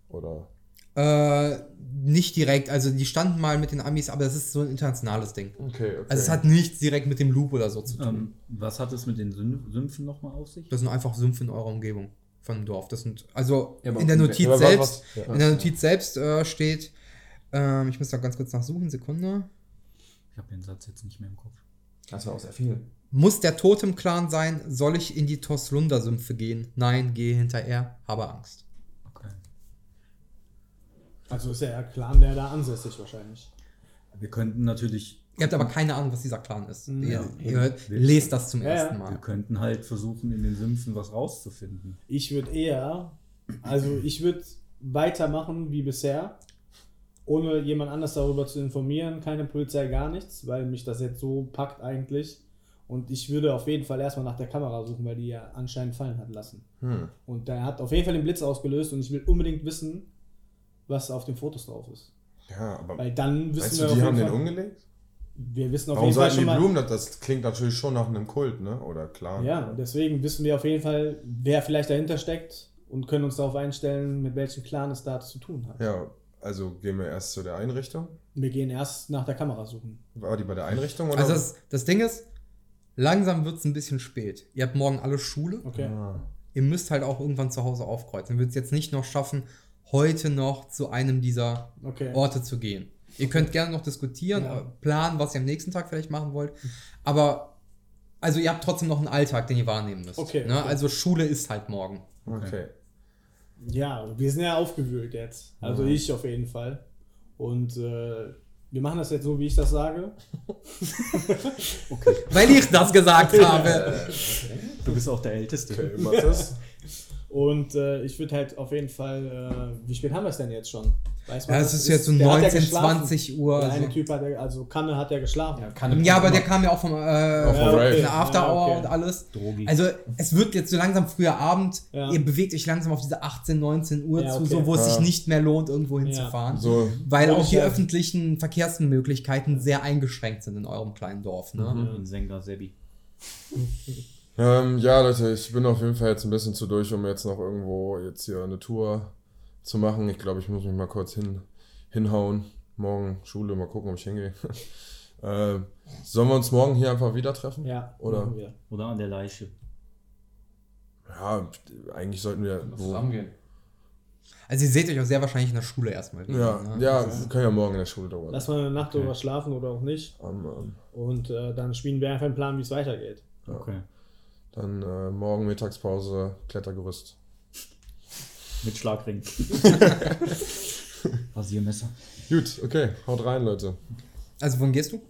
Oder?
Äh, nicht direkt, also die standen mal mit den Amis, aber das ist so ein internationales Ding.
Okay, okay.
Also es hat nichts direkt mit dem Loop oder so zu tun.
Ähm, was hat es mit den Sün- Sümpfen nochmal auf sich?
Das sind einfach Sümpfe in eurer Umgebung von dem Dorf. Das sind, also
Ja, aber
in der
okay.
Notiz
Aber was-
selbst,
was- ja.
in der Notiz selbst äh, steht, ähm, ich muss da ganz kurz nachsuchen, Sekunde.
Ich habe den Satz jetzt nicht mehr im Kopf.
Das war auch sehr viel.
Muss der Tod im Clan sein? Soll ich in die Toslunda-Sümpfe gehen? Nein, gehe hinterher, habe Angst.
Okay.
Also ist ja der Clan, der da ansässig wahrscheinlich.
Wir könnten natürlich,
Ihr habt aber keine Ahnung, was dieser Clan ist.
Ja.
Ihr, ihr hört, lest das zum
Ja,
ersten
ja.
Mal.
wir könnten halt versuchen, in den Sümpfen was rauszufinden.
Ich würde eher, also ich würde weitermachen wie bisher, ohne jemand anders darüber zu informieren, keine Polizei, gar nichts, weil mich das jetzt so packt eigentlich. Und ich würde auf jeden Fall erstmal nach der Kamera suchen, weil die ja anscheinend fallen hat lassen.
Hm.
Und der hat auf jeden Fall den Blitz ausgelöst und ich will unbedingt wissen, was auf den Fotos drauf ist.
Ja, aber
Weil dann wissen wir
weißt du,
auf
die
jeden
haben den
Fall-
umgelegt?
Wir wissen auf
Warum
jeden Fall
seid
schon
die
mal.
Blumen? Das, das klingt natürlich schon nach einem Kult, ne? Oder klar.
Ja, deswegen wissen wir auf jeden Fall, wer vielleicht dahinter steckt und können uns darauf einstellen, mit welchem Clan es da zu tun hat.
Ja, also gehen wir erst zu der Einrichtung.
Wir gehen erst nach der Kamera suchen.
War die bei der Einrichtung? Oder?
Also das, das Ding ist, langsam wird es ein bisschen spät. Ihr habt morgen alle Schule.
Okay.
Ah.
Ihr müsst halt auch irgendwann zu Hause aufkreuzen. Ihr würdet es jetzt nicht noch schaffen, heute noch zu einem dieser
Okay.
Orte zu gehen. Ihr könnt gerne noch diskutieren,
Ja. Mhm.
äh, planen, was ihr am nächsten Tag vielleicht machen wollt. Aber also ihr habt trotzdem noch einen Alltag, den ihr wahrnehmen müsst.
Okay,
ne?
okay.
Also Schule ist halt morgen.
Okay.
Ja, wir sind ja aufgewühlt jetzt. Also ich auf jeden Fall. Und äh, wir machen das jetzt so, wie ich das sage.
Weil ich das gesagt habe.
Du bist auch der Älteste.
okay. Was ist?
Und äh, ich würde halt auf jeden Fall, äh, wie spät haben wir es denn jetzt schon? Weiß
Ja, es
das?
ist jetzt so
der hat
19,
geschlafen.
20 Uhr.
Der eine
Also.
Typ hat ja, also Kanne hat ja geschlafen.
Ja, aber der kam ja auch vom äh,
vom Rave.
eine After
Ja,
Hour
okay.
und alles.
Drogi.
Also es wird jetzt so langsam früher Abend.
Ja.
Ihr bewegt euch langsam auf diese 18, 19 Uhr
Ja,
zu,
okay.
so wo es sich
Ja.
nicht mehr lohnt, irgendwo hinzufahren.
So,
Weil
Würde
auch
ich
die
sagen.
öffentlichen
Mhm.
Also-
Verkehrsmöglichkeiten sehr eingeschränkt sind in eurem kleinen Dorf. Ne?
In Senga Sebi.
Ähm, ja, Leute, ich bin auf jeden Fall jetzt ein bisschen zu durch, um jetzt noch irgendwo jetzt hier eine Tour zu machen. Ich glaube, ich muss mich mal kurz hin, hinhauen. Morgen Schule, mal gucken, ob ich hingehe. ähm, sollen wir uns morgen hier einfach wieder treffen?
Ja,
Oder?
machen wir.
Oder an der Leiche.
Ja, eigentlich sollten wir. Wo,
Zusammengehen.
Also ihr seht euch auch sehr wahrscheinlich in der Schule erstmal wieder.
ja,
ne?
ja, wir können ja morgen in der Schule drüber.
Lass mal eine Nacht drüber schlafen oder auch nicht.
Ähm, ähm,
Und äh, dann spielen wir einfach einen Plan, wie es weitergeht.
Okay.
dann äh, morgen Mittagspause, Klettergerüst.
Mit Schlagring. Rasiermesser.
Gut, okay, haut rein, Leute.
Also wohin gehst du?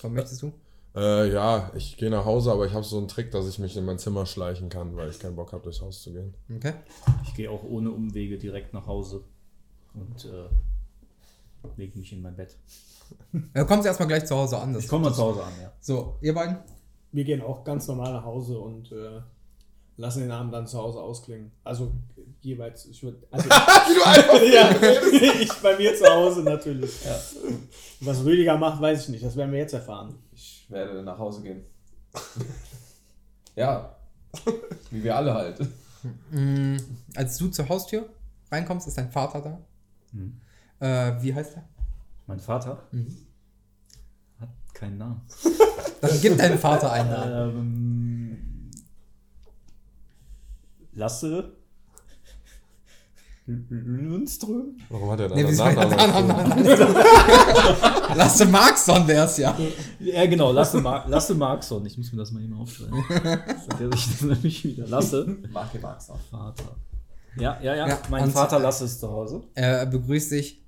Wohin möchtest du?
Äh, ja, ich gehe nach Hause, aber ich habe so einen Trick, dass ich mich in mein Zimmer schleichen kann, weil ich keinen Bock habe, durchs Haus zu gehen.
Okay.
Ich gehe auch ohne Umwege direkt nach Hause und äh, lege mich in mein Bett.
Dann kommst du erstmal gleich zu Hause an. Das
Ich komme mal zu Hause an, ja.
so, ihr beiden?
Wir gehen auch ganz normal nach Hause und äh, lassen den Abend dann zu Hause ausklingen. Also jeweils, ich würde. Also, ja, ich bei mir zu Hause natürlich. Ja. Was Rüdiger macht, weiß ich nicht. Das werden wir jetzt erfahren.
Ich werde nach Hause gehen. ja. Wie wir alle halt.
Mm, als du zur Haustür reinkommst, ist dein Vater da.
Hm.
Mhm.
Äh, wie heißt er?
Mein Vater
Mhm.
hat keinen Namen.
Dann gib deinem Vater ne? einen Namen.
Ähm, Lasse Lundström?
Warum hat er da
Nee,
einen
wieso nein, nein,
Nachnamen?
nein, nein, nein. Lasse Marxson wär's ja.
Ja, genau, Lasse, Mar Lasse Markson. Ich muss mir das mal eben aufschreiben. Sagt er sich das nämlich wieder. Lasse.
Mach dir Max auf.
Vater. Ja, ja, ja.
Ja,
mein
und- äh,
Vater Lasse ist zu Hause.
Er begrüßt Äh, dich.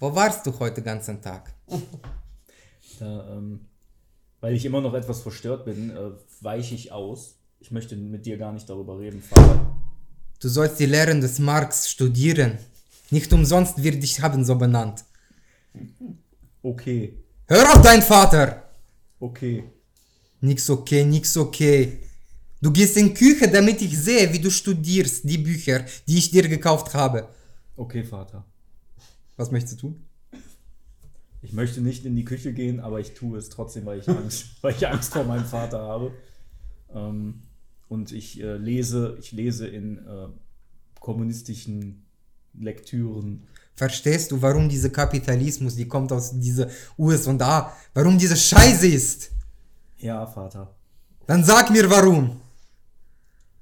Wo warst du heute den ganzen Tag?
Da, ähm, weil ich immer noch etwas verstört bin, äh, weiche ich aus. Ich möchte mit dir gar nicht darüber reden, Vater.
Du sollst die Lehren des Marx studieren. Nicht umsonst wir dich haben so benannt.
Okay,
Hör auf deinen Vater!
okay.
Nix okay, nix okay. Du gehst in die Küche, damit ich sehe, wie du studierst, die Bücher, die ich dir gekauft habe.
Okay, Vater.
Was möchtest du tun?
Ich möchte nicht in die Küche gehen, aber ich tue es trotzdem, weil ich Angst, weil ich Angst vor meinem Vater habe. Ähm, und ich äh, lese, ich lese in äh, kommunistischen Lektüren.
Verstehst du, warum dieser Kapitalismus, die kommt aus dieser USA, warum diese Scheiße ist?
Ja, Vater.
Dann sag mir warum.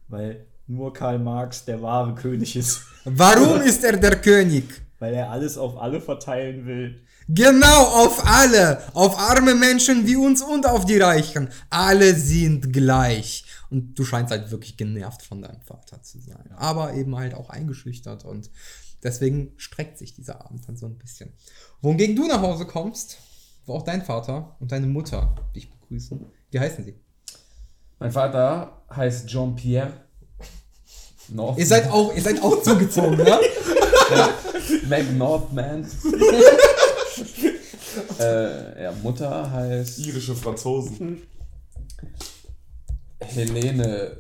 Weil nur Karl Marx der wahre König ist.
Warum ist er der König?
Weil er alles auf alle verteilen will.
Genau, auf alle, auf arme Menschen wie uns und auf die Reichen. Alle sind gleich. Und du scheinst halt wirklich genervt von deinem Vater zu sein. Aber eben halt auch eingeschüchtert und deswegen streckt sich dieser Abend dann so ein bisschen. Wohingegen du nach Hause kommst, wo auch dein Vater und deine Mutter dich begrüßen. Wie heißen sie?
Mein Vater heißt Jean-Pierre. North
Ihr seid auch, ihr seid auch zugezogen, ne?
Mac Northman. äh, ja, Mutter heißt
Irische Franzosen.
Helene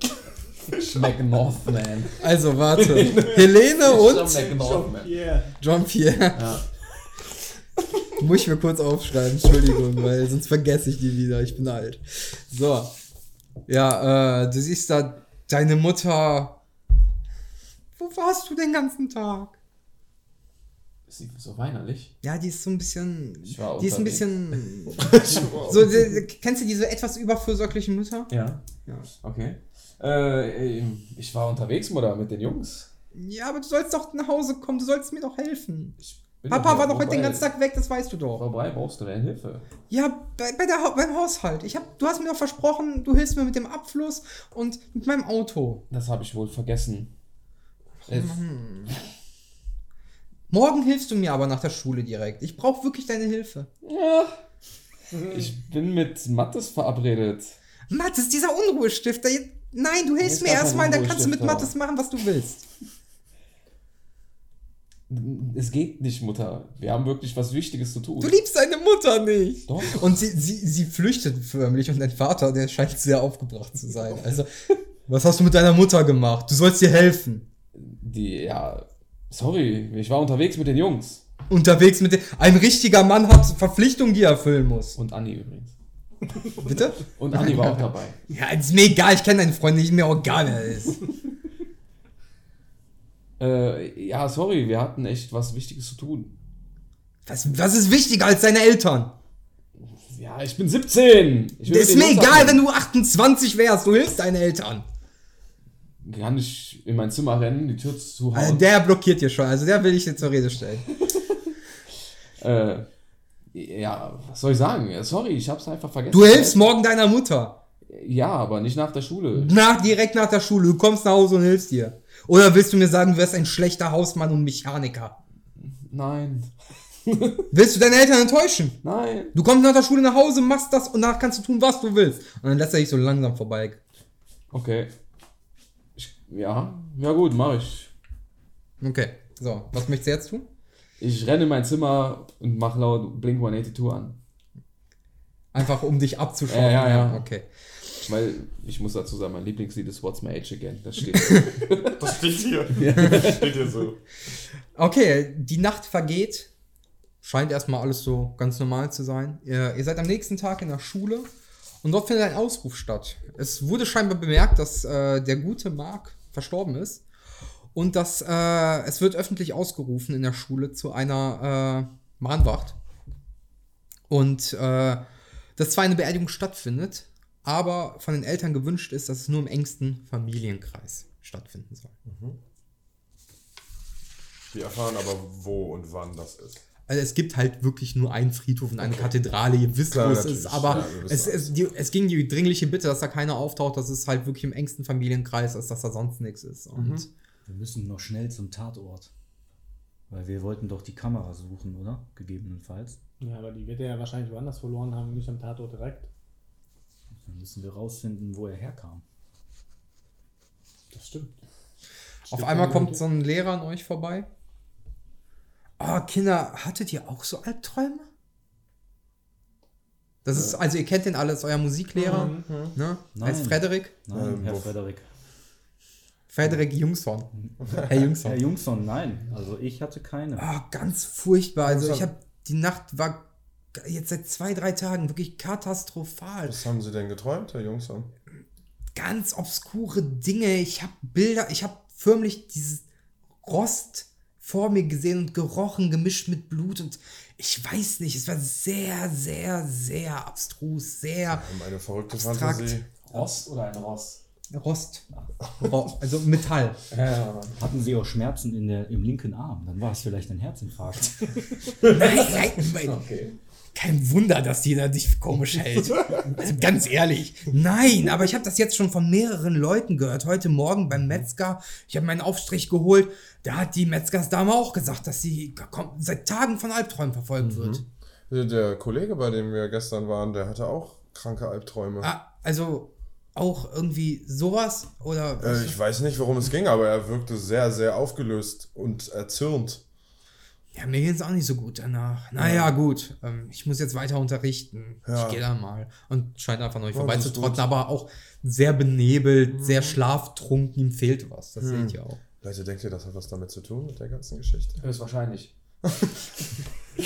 McNorthman.
Also warte. Helene und
McNorthman.
Yeah.
Jean-Pierre.
Ja.
Muss ich mir kurz aufschreiben, Entschuldigung, weil sonst vergesse ich die wieder, ich bin alt. So. Ja, äh, du siehst da deine Mutter. Wo warst du den ganzen Tag?
Ist sie so weinerlich?
Ja, die ist so ein bisschen.
Ich war
Die ist ein
unterwegs.
bisschen. so, die, die, kennst du diese etwas überfürsorglichen Mütter?
Ja.
Ja.
Okay. Äh, ich war unterwegs, Mutter, mit den Jungs.
Ja, aber du sollst doch nach Hause kommen, du sollst mir doch helfen.
Ich bin
Papa
hier.
war doch heute den
Wobei-
ganzen Tag weg, das weißt du doch.
Wobei brauchst du denn Hilfe?
Ja, bei, bei der, Hau- beim Haushalt. Ich hab, du hast mir doch versprochen, du hilfst mir mit dem Abfluss und mit meinem Auto.
Das habe ich wohl vergessen. Es-
Morgen hilfst du mir aber nach der Schule direkt. Ich brauche wirklich deine Hilfe.
Ja. Ich bin mit Mattes verabredet.
Mathis, dieser Unruhestifter. je- Nein, du
Ist
hilfst mir
gar kein
erstmal, dann kannst du mit Mathis
Unruhestifter.
machen, was du willst.
Es geht nicht, Mutter. Wir haben wirklich was Wichtiges zu tun.
Du liebst deine Mutter nicht.
Doch.
Und sie, sie, sie flüchtet förmlich und dein Vater, der scheint sehr aufgebracht zu sein. Also, was hast du mit deiner Mutter gemacht? Du sollst ihr helfen.
Die, ja, sorry, ich war unterwegs mit den Jungs.
Unterwegs mit dir. Ein richtiger Mann hat Verpflichtungen, die er erfüllen muss.
Und Anni übrigens.
Bitte?
Und Anni war auch dabei.
Ja, ist mir egal, ich kenne deine Freunde, nicht mir auch gar nicht.
Äh, ja, sorry, wir hatten echt was Wichtiges zu tun.
Was, was ist wichtiger als deine Eltern?
Ja, ich bin 17. Ich will
ist
mit
mir
den Jungs
egal, wenn
abhängen.
du 28 wärst, du hilfst deinen Eltern.
Kann ich in mein Zimmer rennen, die Tür zu
Also
hauen?
der blockiert hier schon, also der will ich jetzt zur Rede stellen.
äh, ja, was soll ich sagen? Sorry, ich hab's einfach vergessen.
Du hilfst morgen deiner Mutter.
Ja, aber nicht nach der Schule.
Nach, direkt nach der Schule, du kommst nach Hause und hilfst dir. Oder willst du mir sagen, du wärst ein schlechter Hausmann und Mechaniker?
Nein,
Willst du deine Eltern enttäuschen?
nein.
Du kommst nach der Schule nach Hause, machst das und danach kannst du tun, was du willst. Und dann lässt er dich so langsam vorbei.
Okay. Ich, ja, ja gut, mach ich.
Okay, so, was möchtest du jetzt tun?
Ich renne in mein Zimmer und mach laut Blink 182 an.
Einfach um dich abzuschauen.
Ja, ja, ja.
Okay.
Weil, ich muss dazu sagen, mein Lieblingslied ist What's My Age Again. Das steht.
Das steht hier. Das steht hier so.
Okay, die Nacht vergeht. Scheint erstmal alles so ganz normal zu sein. Ihr, ihr seid am nächsten Tag in der Schule und dort findet ein Ausruf statt. Es wurde scheinbar bemerkt, dass äh, der gute Mark verstorben ist und dass äh, es wird öffentlich ausgerufen in der Schule zu einer äh, Mahnwacht. Und äh, dass zwar eine Beerdigung stattfindet, aber von den Eltern gewünscht ist, dass es nur im engsten Familienkreis stattfinden soll.
Wir erfahren aber, wo und wann das ist.
Also es gibt halt wirklich nur einen Friedhof und eine Kathedrale, ihr wisst,
Klar,
wo es
natürlich.
ist, aber
Ja, wir wissen
es, es, die, es ging die dringliche Bitte, dass da keiner auftaucht, dass es halt wirklich im engsten Familienkreis ist, dass da sonst nichts ist. Und
Mhm.
Wir müssen noch schnell zum Tatort. Weil wir wollten doch die Kamera suchen, oder? Gegebenenfalls.
Ja, aber die wird er ja wahrscheinlich woanders verloren haben, nicht am Tatort direkt.
Dann müssen wir rausfinden, wo er herkam.
Das stimmt.
auf einmal kommt so ein Lehrer an euch vorbei. Ah, Kinder, hattet ihr auch so Albträume? Das ist, also ihr kennt den alle, das ist euer Musiklehrer,
Mhm.
ne? Heißt
Nein.
Frederik.
Nein,
Ähm,
Herr
wo-
Frederik.
Frederik Jungshorn.
Mhm.
Herr Jungshorn.
Herr Jungson, nein. Also ich hatte keine.
Ah, ganz furchtbar. Also
Was
ich
hat-
habe die Nacht war g- jetzt seit zwei, drei Tagen wirklich katastrophal.
Was haben sie denn geträumt, Herr Jungs?
Ganz obskure Dinge. Ich habe Bilder, ich habe förmlich dieses Rost vor mir gesehen und gerochen, gemischt mit Blut und ich weiß nicht, es war sehr, sehr, sehr abstrus, sehr
Haben eine verrückte
Abstrakt.
Fantasie.
Rost oder ein Ross?
Rost. Ro- Also Metall.
Hatten Sie auch Schmerzen in der, im linken Arm? Dann war es vielleicht ein Herzinfarkt.
Nein, nein, mein, Kein Wunder, dass jeder dich für komisch hält. Also ganz ehrlich. Nein, aber ich habe das jetzt schon von mehreren Leuten gehört. Heute Morgen
Mhm.
beim Metzger, ich habe meinen Aufstrich geholt, da hat die Metzgersdame auch gesagt, dass sie kom- seit Tagen von Albträumen
Mhm.
verfolgt wird.
Der- Der Kollege, bei dem wir gestern waren, der hatte auch kranke Albträume.
Ah, also auch irgendwie sowas oder
Äh, ich weiß nicht, worum es ging, aber er wirkte sehr, sehr aufgelöst und erzürnt.
ja, mir geht's auch nicht so gut danach. Naja, gut, ähm, ich muss jetzt weiter unterrichten.
Ja.
Ich gehe da mal. Und scheint einfach noch nicht
Ja,
vorbeizutrotten,
das ist Mhm.
aber auch sehr benebelt, sehr schlaftrunken, ihm fehlt was. Das seht ihr auch.
Leute, denkt ihr, das hat was damit zu tun, mit der ganzen Geschichte?
Höchstwahrscheinlich.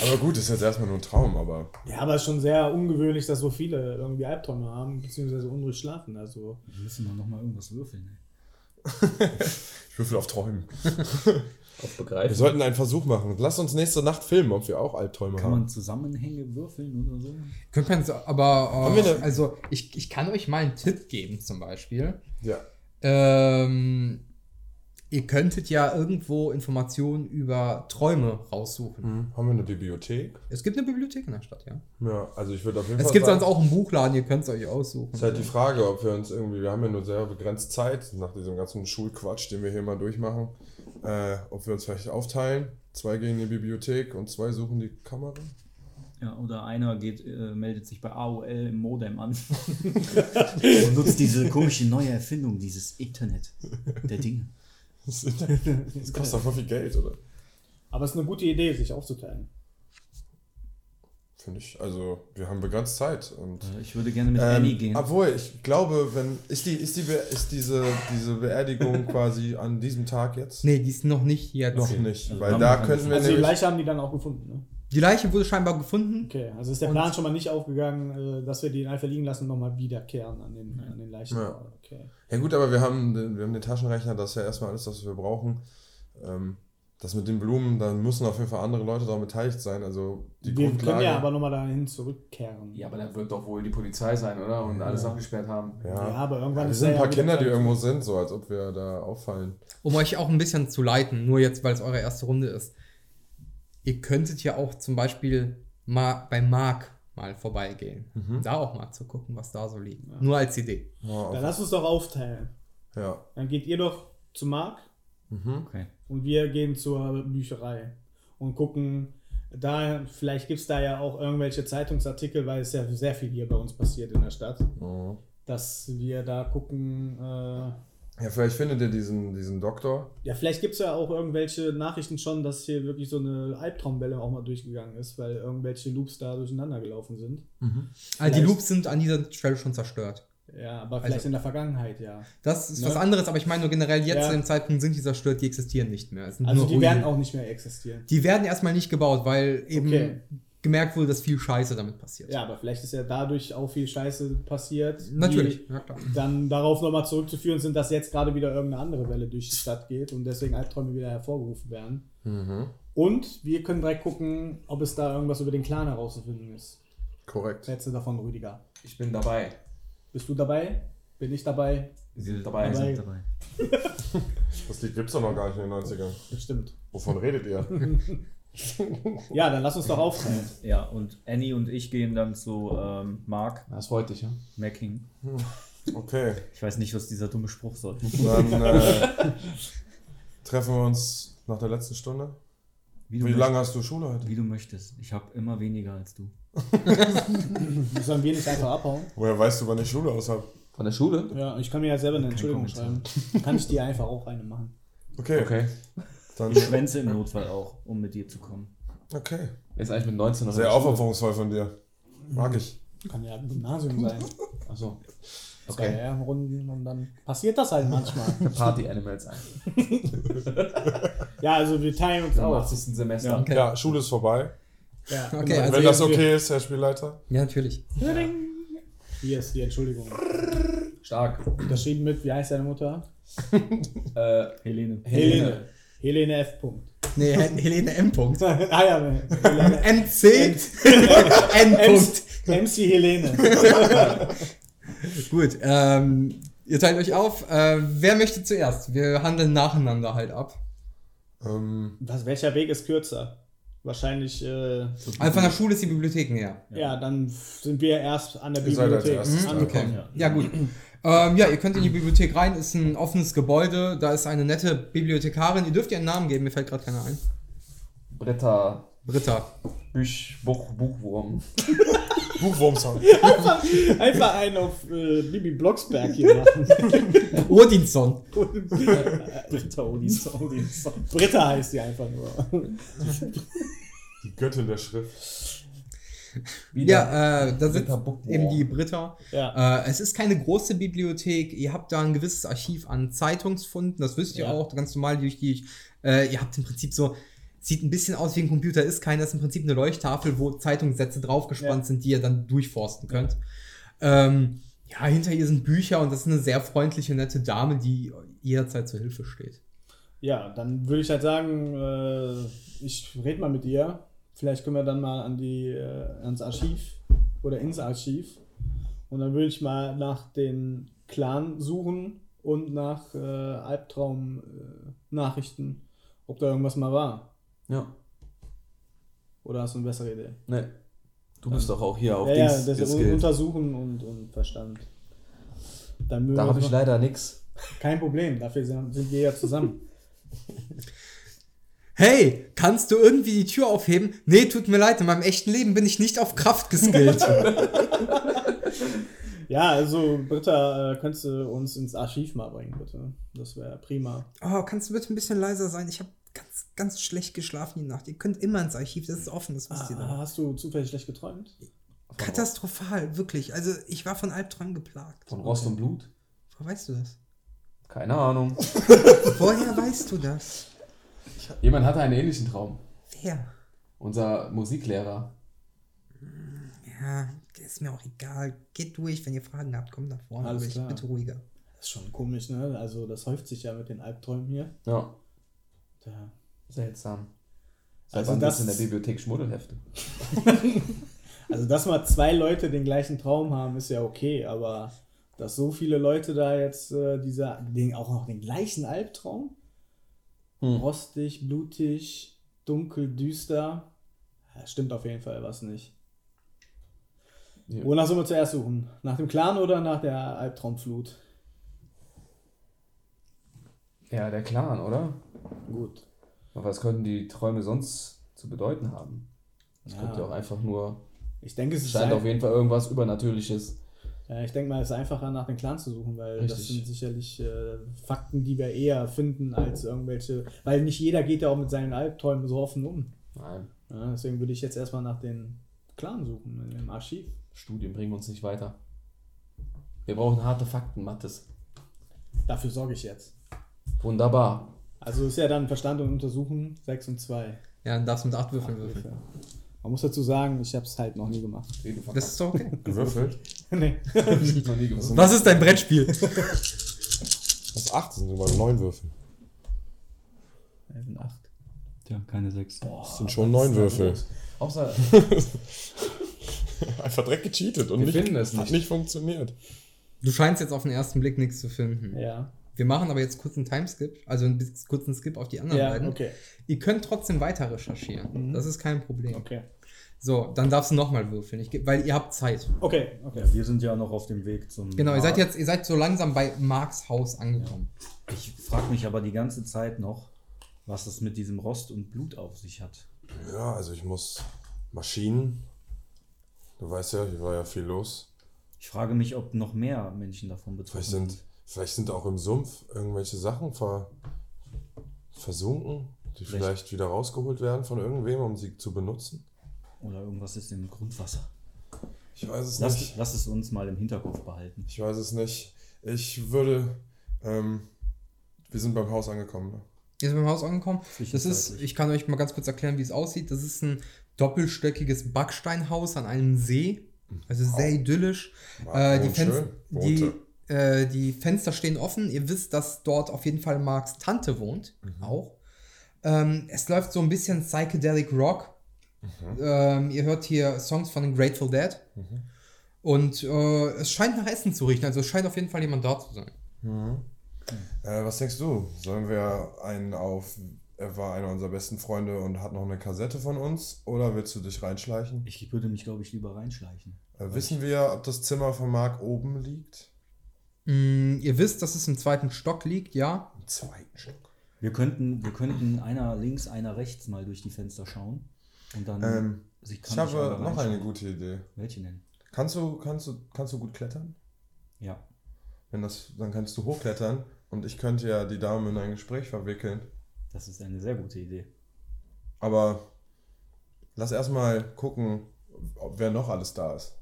Aber gut, ist jetzt erstmal nur ein Traum, aber
Ja, aber es ist schon sehr ungewöhnlich, dass so viele irgendwie Albträume haben, beziehungsweise unruhig schlafen. Also,
Wir müssen wir nochmal irgendwas würfeln. Ey.
ich würfel auf Träumen.
Auf
Wir
Begreifen.
sollten einen Versuch machen. Lass uns nächste Nacht filmen, ob wir auch Albträume
Kann
haben.
man Zusammenhänge würfeln oder so?
Könnt man aber,
Haben
äh,
wir denn-
also ich, ich kann euch mal einen Tipp geben, zum Beispiel.
Ja.
Ähm, ihr könntet ja irgendwo Informationen über Träume raussuchen.
Hm. Haben wir eine Bibliothek?
Es gibt eine Bibliothek in der Stadt, ja.
Ja, also ich würde auf jeden
Es
Fall.
gibt
sagen,
sonst auch einen Buchladen, ihr könnt es euch aussuchen.
Ist halt die Frage, ob wir uns irgendwie, wir haben ja nur sehr begrenzt Zeit nach diesem ganzen Schulquatsch, den wir hier mal durchmachen, äh, ob wir uns vielleicht aufteilen. Zwei gehen in die Bibliothek und zwei suchen die Kamera.
Ja, oder einer geht, äh, meldet sich bei AOL im Modem an und nutzt diese komische neue Erfindung, dieses Internet der Dinge.
Das kostet doch voll viel Geld, oder?
aber es ist eine gute Idee, sich aufzuteilen.
Finde ich. Also, wir haben begrenzt Zeit. Und,
Äh, Ich würde gerne mit Annie
ähm,
gehen.
obwohl, ich glaube, wenn. Ist die, ist die Be ist diese, diese Beerdigung quasi an diesem Tag jetzt?
Nee, die ist noch nicht jetzt.
Noch nicht.
Also
Weil
dann
da
machen wir
könnten wir
Also die
nämlich.
Leiche haben die dann auch gefunden, ne?
Die Leiche wurde scheinbar gefunden.
Okay, also ist der
Und-
Plan schon mal nicht aufgegangen, äh, dass wir den einfach liegen lassen und nochmal wiederkehren an den, an den Leichen.
Ja.
Okay.
Ja gut, aber wir haben, den- wir haben den Taschenrechner, das ist ja erstmal alles, was wir brauchen. Ähm, das mit den Blumen, da müssen auf jeden Fall andere Leute daran beteiligt sein. Also
wir
die
können
Grundlage.
ja aber nochmal dahin zurückkehren.
Ja, aber da wird doch wohl die Polizei sein, oder? Und alles abgesperrt haben.
Ja,
ja.
aber irgendwann
Ja, wir
ist
sind ein
er
paar
ja
Kinder,
wieder-
die irgendwo sind, so als ob wir da auffallen.
Um euch auch ein bisschen zu leiten, nur jetzt, weil es eure erste Runde ist. Ihr könntet ja auch zum Beispiel mal bei Mark mal vorbeigehen.
Mhm.
Da auch mal zu gucken, was da so liegt. Nur als Idee.
Ja,
Dann
auf,
lass uns doch aufteilen.
ja.
Dann geht ihr doch zu Marc
Okay.
und wir gehen zur Bücherei und gucken, da, vielleicht gibt es da ja auch irgendwelche Zeitungsartikel, weil es ja sehr viel hier bei uns passiert in der Stadt,
Mhm.
dass wir da gucken, äh,
ja, vielleicht findet ihr diesen, diesen Doktor.
ja, vielleicht gibt es ja auch irgendwelche Nachrichten schon, dass hier wirklich so eine Albtraumwelle auch mal durchgegangen ist, weil irgendwelche Loops da durcheinander gelaufen sind.
Also die
Vielleicht-
Loops sind an dieser Stelle schon zerstört.
Ja, aber vielleicht
Also-
in der Vergangenheit, ja.
Das ist
Ne?
was anderes, aber ich meine nur generell jetzt
Ja.
zu dem Zeitpunkt sind die zerstört, die existieren nicht mehr. Es sind
Also
nur
die
Ruinen.
werden auch nicht mehr existieren.
die werden erstmal nicht gebaut, weil eben
Okay.
gemerkt wurde, dass viel Scheiße damit passiert.
Ja, aber vielleicht ist ja dadurch auch viel Scheiße passiert. die
Natürlich. Ja, klar.
Dann darauf nochmal zurückzuführen sind, dass jetzt gerade wieder irgendeine andere Welle durch die Stadt geht und deswegen Albträume wieder hervorgerufen werden.
Mhm.
Und wir können direkt gucken, ob es da irgendwas über den Clan herauszufinden ist.
Korrekt.
Sätze davon, Rüdiger.
Ich bin dabei.
Bist du dabei? Bin ich dabei?
Sie sind dabei.
Dabei.
Dabei.
Das Lied gibt's doch noch gar nicht in den 90ern.
Bestimmt.
Wovon redet ihr?
Ja, dann lass uns doch aufteilen.
Ja, und Annie und ich gehen dann zu ähm, Mark
Das freut dich, ja?
Macking.
Okay,
Ich weiß nicht, was dieser dumme Spruch soll.
dann äh, treffen wir uns nach der letzten Stunde.
Wie,
Wie lange hast du Schule heute?
Wie du möchtest. Ich habe immer weniger als du.
Sollen wir nicht einfach abhauen?
Woher weißt du, wann ich Schule aus habe?
Von der Schule?
Ja, ich kann mir ja selber eine Entschuldigung schreiben.
Kommentar.
Kann ich dir einfach auch eine machen.
Okay,
Okay.
dann.
Ich schwänze im Notfall auch, um mit dir zu kommen.
Okay.
Jetzt eigentlich mit 19 noch.
Sehr aufopferungsvoll von dir. Mag ich.
Kann ja im Gymnasium sein. Achso.
Okay.
Zwei Runden und dann passiert das halt manchmal.
Party Animals ein.
Ja, also wir teilen uns
Im
auf.
80. Semester.
Okay.
Ja, Schule ist vorbei.
Ja,
Okay,
genau.
also
Wenn das
wir-
okay ist, Herr Spielleiter.
ja, natürlich.
Hier ist die Entschuldigung.
Stark.
Unterschrieben mit, wie heißt deine Mutter?
Äh,
Helene.
Helene. Helene F. Punkt.
Nee, Hel- Helene M. Punkt.
ah ja, Helene.
MC N. Punkt.
MC Helene.
Gut, ähm, ihr teilt euch auf. Äh, wer möchte zuerst? Wir handeln nacheinander halt ab.
Ähm,
Was, welcher Weg ist kürzer? Wahrscheinlich, äh, ja.
Also von der Schule ist die Bibliothek näher.
dann sind wir erst an der
Ihr seid als
Bibliothek
erstes
angekommen.
Okay. Ja, gut. Ähm, ja, ihr könnt in die Bibliothek rein, ist ein offenes Gebäude, da ist eine nette Bibliothekarin, ihr dürft ihr einen Namen geben, mir fällt gerade keiner ein.
Bretter.
Britta.
Büch, Buch, Buchwurm.
Buchwurmsong.
Einfach einen auf äh, Bibi Blocksberg hier machen.
Odinson.
Britta Odinson. Britta heißt sie einfach nur.
Die Göttin der Schrift.
Ja, äh, da sitzt
Britta Buchwurm.
eben die Britta.
Ja.
Äh, es ist keine große Bibliothek, ihr habt da ein gewisses Archiv an Zeitungsfunden, das wisst ihr
Ja.
auch, ganz normal durch die. Äh, ihr habt im Prinzip so, sieht ein bisschen aus wie ein Computer, ist keiner, ist im Prinzip eine Leuchttafel, wo Zeitungssätze draufgespannt
Ja.
sind, die ihr dann durchforsten könnt. Ähm, ja, hinter ihr sind Bücher und das ist eine sehr freundliche, nette Dame, die jederzeit zur Hilfe steht.
Ja, dann würde ich halt sagen, äh, ich rede mal mit ihr. Vielleicht können wir dann mal an die, äh, ans Archiv oder ins Archiv. Und dann würde ich mal nach den Clan suchen und nach äh, Albtraum-Nachrichten, ob da irgendwas mal war.
Ja.
Oder hast du eine bessere Idee?
Ne. Du bist doch auch hier auf
ja, ja,
Dings
das ist un-
geskillt.
untersuchen und, und Verstand. Dann mögen
Da
wir
habe ich
uns-
leider nix.
Kein Problem, dafür sind sind wir ja zusammen.
Hey, kannst du irgendwie die Tür aufheben? Nee, tut mir leid, in meinem echten Leben bin ich nicht auf Kraft geskillt.
ja, also Britta, äh, könntest du uns ins Archiv mal bringen, bitte? Das wäre prima.
Oh, kannst du bitte ein bisschen leiser sein? Ich habe ganz, ganz schlecht geschlafen die Nacht. Ihr könnt immer ins Archiv, das ist offen, das wisst ihr
Ah,
doch.
hast du zufällig schlecht geträumt?
ah, Katastrophal, wirklich. Also, ich war von Albträumen geplagt.
Von Rost und Blut?
Woher weißt du das?
Keine Ahnung.
Woher weißt du das?
Jemand hatte einen ähnlichen Traum.
Wer?
Unser Musiklehrer.
Ja, ist mir auch egal. Geht durch, wenn ihr Fragen habt, kommt nach vorne.
Alles
aber ich
klar.
bitte ruhiger.
Das ist schon komisch, ne? Also das häuft sich ja mit den Albträumen hier.
Ja,
Da.
seltsam.
Also
Also
das-
das in der Bibliothek Schmuddelhefte.
Also dass mal zwei Leute den gleichen Traum haben, ist ja okay, aber dass so viele Leute da jetzt äh, dieser, den, auch noch den gleichen Albtraum,
Hm.
rostig, blutig, dunkel, düster, ja, stimmt auf jeden Fall was nicht.
Ja.
Wonach sollen wir zuerst suchen? Nach dem Clan oder nach der Albtraumflut?
Ja, der Clan, oder?
Gut.
Aber was könnten die Träume sonst zu bedeuten haben? Das
Ja.
könnte ja auch einfach nur.
Ich denke, es
Es
ist
scheint
ein-
auf jeden Fall irgendwas Übernatürliches.
Ja, Äh, ich denke mal, es ist einfacher, nach den Clans zu suchen, weil das
Richtig.
sind sicherlich äh, Fakten, die wir eher finden als irgendwelche. Weil nicht jeder geht ja auch mit seinen Albträumen so offen um.
Nein,
Ja, deswegen würde ich jetzt erstmal nach den Clan suchen äh, im Archiv.
Studien bringen uns nicht weiter. Wir brauchen harte Fakten, Mattes.
Dafür sorge ich jetzt.
Wunderbar.
Also ist ja dann Verstand und Untersuchen 6 und 2.
Ja, dann darfst du mit 8 Würfeln würfeln.
Man muss dazu sagen, ich habe es halt noch nie gemacht.
Das ist doch okay.
Gewürfelt.
nee.
Was ist dein Brettspiel?
Das 8 sind sogar 9 Würfel.
Das sind 8.
Ja, keine sechs.
Das sind schon 9 Würfel.
Außer
Einfach direkt gecheatet und
Wir
nicht,
finden es
hat
nicht.
nicht funktioniert.
Du scheinst jetzt auf den ersten Blick nichts zu finden.
Ja.
Wir machen aber jetzt kurz einen Timeskip, also einen bis- kurzen Skip auf die anderen
Ja,
beiden.
okay. Mhm.
Ihr könnt trotzdem weiter recherchieren. Das ist kein Problem.
Okay.
So, dann darfst du nochmal würfeln, ich, ge- weil ihr habt Zeit.
Okay, okay.
Ja, wir sind ja noch auf dem Weg zum.
Genau, ihr
Markt.
seid jetzt, ihr seid so langsam bei Marks Haus angekommen.
Ich frage mich aber die ganze Zeit noch, was es mit diesem Rost und Blut auf sich hat.
Ja, also ich muss Maschinen. Du weißt ja, hier war ja viel los.
Ich frage mich, ob noch mehr Menschen davon betroffen
Vielleicht sind, vielleicht sind auch im Sumpf irgendwelche Sachen ver, versunken, die
Vielleicht.
vielleicht wieder rausgeholt werden von irgendwem, um sie zu benutzen.
Oder irgendwas ist im Grundwasser.
Ich weiß es
Lass,
nicht.
lass es uns mal im Hinterkopf behalten.
Ich weiß es nicht. Ich würde. Ähm, wir sind beim Haus angekommen. Ne?
Ihr seid beim Haus angekommen. Das ist,
Zwischenzeitlich.
ich kann euch mal ganz kurz erklären, wie es aussieht. Das ist ein doppelstöckiges Backsteinhaus an einem See. Also sehr idyllisch.
War
Äh, die,
wohnschön.
Fen die,
Wohnte.
äh, die Fenster stehen offen. Ihr wisst, dass dort auf jeden Fall Marks Tante wohnt. Auch. Ähm, es läuft so ein bisschen Psychedelic Rock. Ähm, ihr hört hier Songs von den Grateful Dead. Und äh, es scheint nach Essen zu riechen. Also es scheint auf jeden Fall jemand da zu sein.
Äh, was denkst du? Sollen wir einen auf. Er war einer unserer besten Freunde und hat noch eine Kassette von uns? Oder willst du dich reinschleichen?
Ich würde mich, glaube ich, lieber reinschleichen.
Äh, wissen wir, ob das Zimmer von Marc oben liegt?
Mm, ihr wisst, dass es im zweiten Stock liegt, ja.
Im zweiten Stock.
Wir könnten, wir könnten einer links, einer rechts mal durch die Fenster schauen. Und dann.
Ähm,
sie
Ich
mich
habe
aber
noch
reinschauen.
eine gute Idee.
Welche denn?
Kannst du, kannst du, kannst du gut klettern?
Ja.
Wenn das, dann kannst du hochklettern und ich könnte ja die Dame in ein Gespräch verwickeln.
Das ist eine sehr gute Idee.
Aber lass erstmal gucken, ob wer noch alles da ist.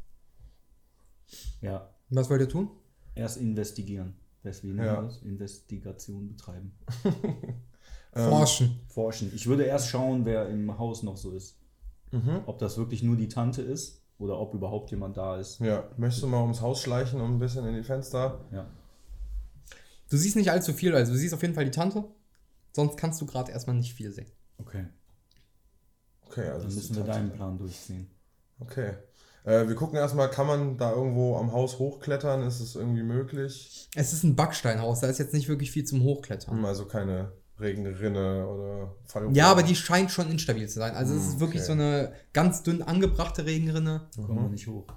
Ja.
Was wollt ihr tun?
Erst investigieren. Deswegen
Ja.
das Investigation betreiben.
Forschen.
Forschen. Ich würde erst schauen, wer im Haus noch so ist.
Mhm.
Ob das wirklich nur die Tante ist oder ob überhaupt jemand da ist.
Ja, möchtest du mal ums Haus schleichen und ein bisschen in die Fenster?
Ja.
Du siehst nicht allzu viel, also du siehst auf jeden Fall die Tante. Sonst kannst du gerade erstmal nicht viel sehen.
Okay.
Okay, also
Dann
das
müssen
ist
wir
total-
deinen Plan durchziehen.
Okay. Äh, wir gucken erstmal, kann man da irgendwo am Haus hochklettern? Ist es irgendwie möglich?
Es ist ein Backsteinhaus, da ist jetzt nicht wirklich viel zum Hochklettern.
Hm, Also keine Regenrinne oder Fallrohr.
Ja, aber die scheint schon instabil zu sein. Also es ist wirklich
okay.
so eine ganz dünn angebrachte Regenrinne.
Kommen
Mhm.
wir nicht hoch.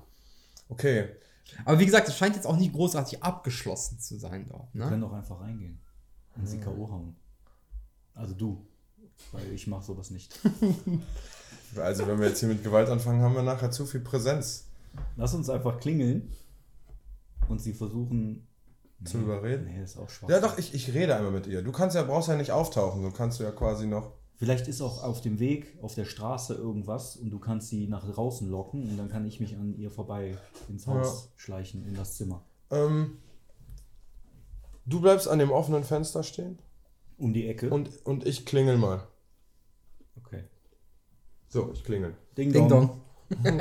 Okay.
Aber wie gesagt, es scheint jetzt auch nicht großartig abgeschlossen zu sein dort.
Wir
Ne?
können doch einfach reingehen. Und sie K.O. hauen. Also du. Weil ich mache sowas nicht.
Also wenn wir jetzt hier mit Gewalt anfangen, haben wir nachher zu viel Präsenz
Lass uns einfach klingeln und sie versuchen.
zu überreden.
Nee, ist auch schwach.
Ja doch, ich, ich rede einmal mit ihr. Du kannst ja, brauchst ja nicht auftauchen, so kannst du ja quasi noch.
Vielleicht ist auch auf dem Weg, auf der Straße irgendwas und du kannst sie nach draußen locken und dann kann ich mich an ihr vorbei ins Haus schleichen, in das Zimmer.
Ähm, du bleibst an dem offenen Fenster stehen
Um die Ecke.
und, und ich klingel mal.
okay.
So, ich klingel.
Ding,
Ding
dong.
Dong.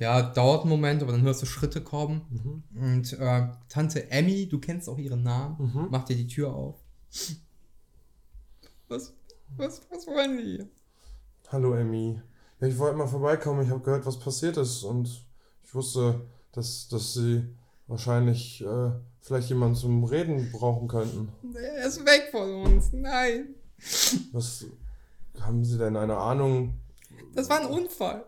ja, dauert einen Moment, aber dann hörst du Schritte kommen. Und äh, Tante Emmy, du kennst auch ihren Namen, macht dir die Tür auf. Was, was, was wollen die hier?
Hallo Emmy. Ja, ich wollte mal vorbeikommen. Ich habe gehört, was passiert ist und ich wusste, dass, dass sie wahrscheinlich äh, vielleicht jemanden zum Reden brauchen könnten.
Er ist weg von uns. Nein,
Was haben Sie denn eine Ahnung,
das war ein Unfall.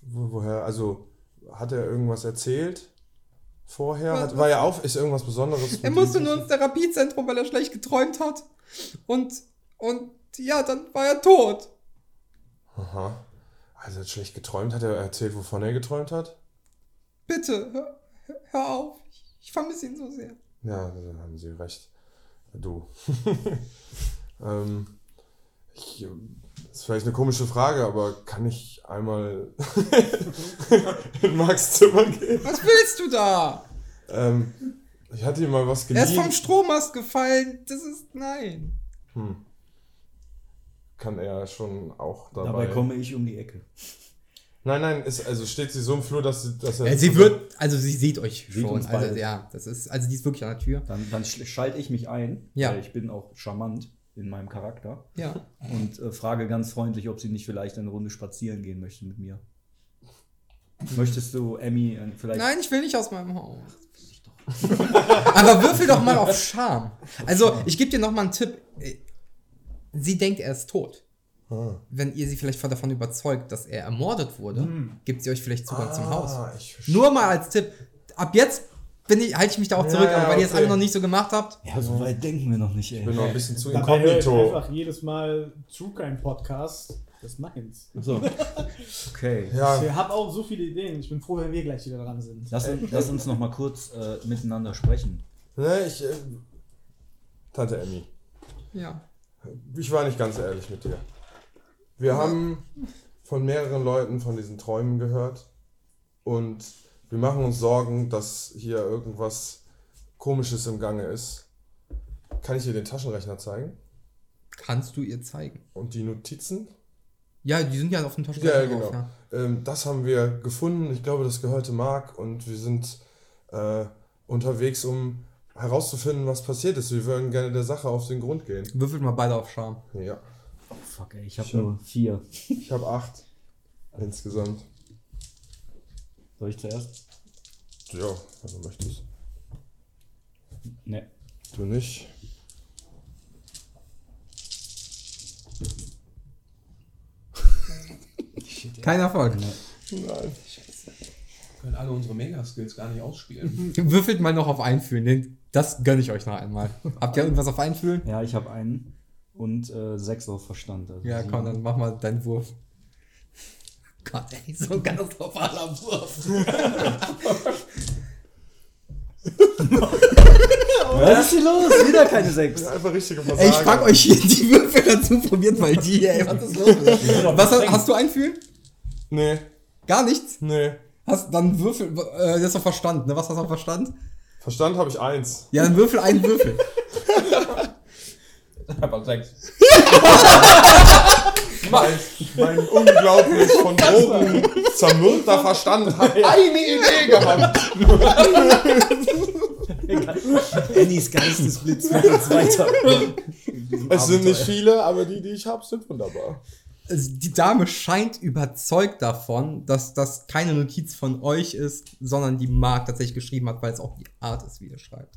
wo, woher? Also hat er irgendwas erzählt vorher?
Was-
Hat, war er auf? Ist irgendwas Besonderes?
Er
mit
musste
ihm
nur ins Therapiezentrum, weil er schlecht geträumt hat. Und, und ja, dann war er tot.
Aha. Also er hat schlecht geträumt. Hat er erzählt, wovon er geträumt hat?
Bitte, hör, hör- hör auf. Ich, ich vermisse ihn so sehr.
Ja, da haben Sie recht. Du. ähm, ich, ähm, das ist vielleicht eine komische Frage, aber kann ich einmal in Max Zimmer gehen?
Was willst du da?
Ähm, ich hatte ihm mal was
Er ist
geliehen.
vom Strommast gefallen. Das ist. Nein.
hm. Kann er schon auch dabei.
Dabei komme ich um die Ecke.
nein, nein, ist, also steht sie so im Flur, dass sie. Dass er
sie wird. Also, sie sieht euch
Sieht
schon.
uns
Also,
beide.
ja, das ist. Also, die ist wirklich an der Tür.
Dann, dann schl- schalte ich mich ein,
Ja.
weil ich bin auch charmant in meinem Charakter
Ja.
und äh, frage ganz freundlich, ob sie nicht vielleicht eine Runde spazieren gehen möchte mit mir. Möchtest du Emmy äh, vielleicht
Nein, ich will nicht aus meinem Haus. Aber würfel doch mal auf Charme. Also, ich gebe dir noch mal einen Tipp. Sie denkt, er ist tot.
Ah.
Wenn ihr sie vielleicht von- davon überzeugt, dass er ermordet wurde, gibt sie euch vielleicht Zugang zum Haus.
Ah, ich verstehe.
Nur mal als Tipp. Ab jetzt bin ich, halte ich mich da auch zurück,
Ja,
aber weil ihr es
okay.
alle noch nicht so gemacht habt.
Ja, so weit denken wir noch nicht,
Ich bin
ey.
noch ein bisschen zu
Dabei höre ich
inkognito.
einfach jedes Mal zu kein Podcast des Minds.
So. Okay.
Ja,
Ich habe auch so viele Ideen. Ich bin froh, wenn wir gleich wieder dran sind.
Lass, uns- lass uns noch mal kurz äh, miteinander sprechen.
ne, ich. ähm, Tante Emmy.
Ja.
Ich war nicht ganz ehrlich mit dir. Wir haben von mehreren Leuten von diesen Träumen gehört und wir machen uns Sorgen, dass hier irgendwas Komisches im Gange ist. Kann ich dir den Taschenrechner zeigen?
Kannst du ihr zeigen?
Und die Notizen?
Ja, die sind ja auf dem Taschenrechner
Ja, genau.
drauf, ja.
Ähm, das haben wir gefunden. Ich glaube, das gehörte Mark und wir sind äh, unterwegs, um herauszufinden, was passiert ist. Wir würden gerne der Sache auf den Grund gehen.
Würfelt mal beide auf Charme.
Ja,
Oh, fuck, ey, ich habe
Sure.
nur vier.
ich habe acht insgesamt.
Soll ich zuerst?
Ja, also wenn du möchtest.
Ne.
Du nicht.
Kein Erfolg.
können alle unsere Mega-Skills gar nicht ausspielen.
Würfelt mal noch auf Einfühlen. den- Das gönne ich euch noch einmal. Habt ihr irgendwas auf Einfühlen?
Ja, ich habe einen und äh, sechs auf Verstand. Also
Ja,
sieben.
komm, dann mach mal deinen Wurf. Gott, ey, so ein katastrophaler Wurf.
Was ist hier los? Wieder keine sechs.
Einfach richtige Versage.
Ey, ich pack euch hier die Würfel dazu, probiert mal die, ey. Was ist los? Was, hast- hast du Einfühlen?
Nee,
Gar nichts?
nee.
Hast dann Würfel, äh, das ist doch Verstand, ne? Was hast du auf Verstand?
Verstand habe ich eins.
Ja, dann würfel einen Würfel.
Einfach sechs.
Mein, mein unglaublich von Drogen zermürbter Verstand hat eine Idee gehabt.
Annies Geistesblitz führt uns weiter.
Es sind nicht viele, aber die, die ich habe, sind wunderbar.
Also, die Dame scheint überzeugt davon, dass das keine Notiz von euch ist, sondern die Mark tatsächlich geschrieben hat, weil es auch die Art ist, wie ihr schreibt.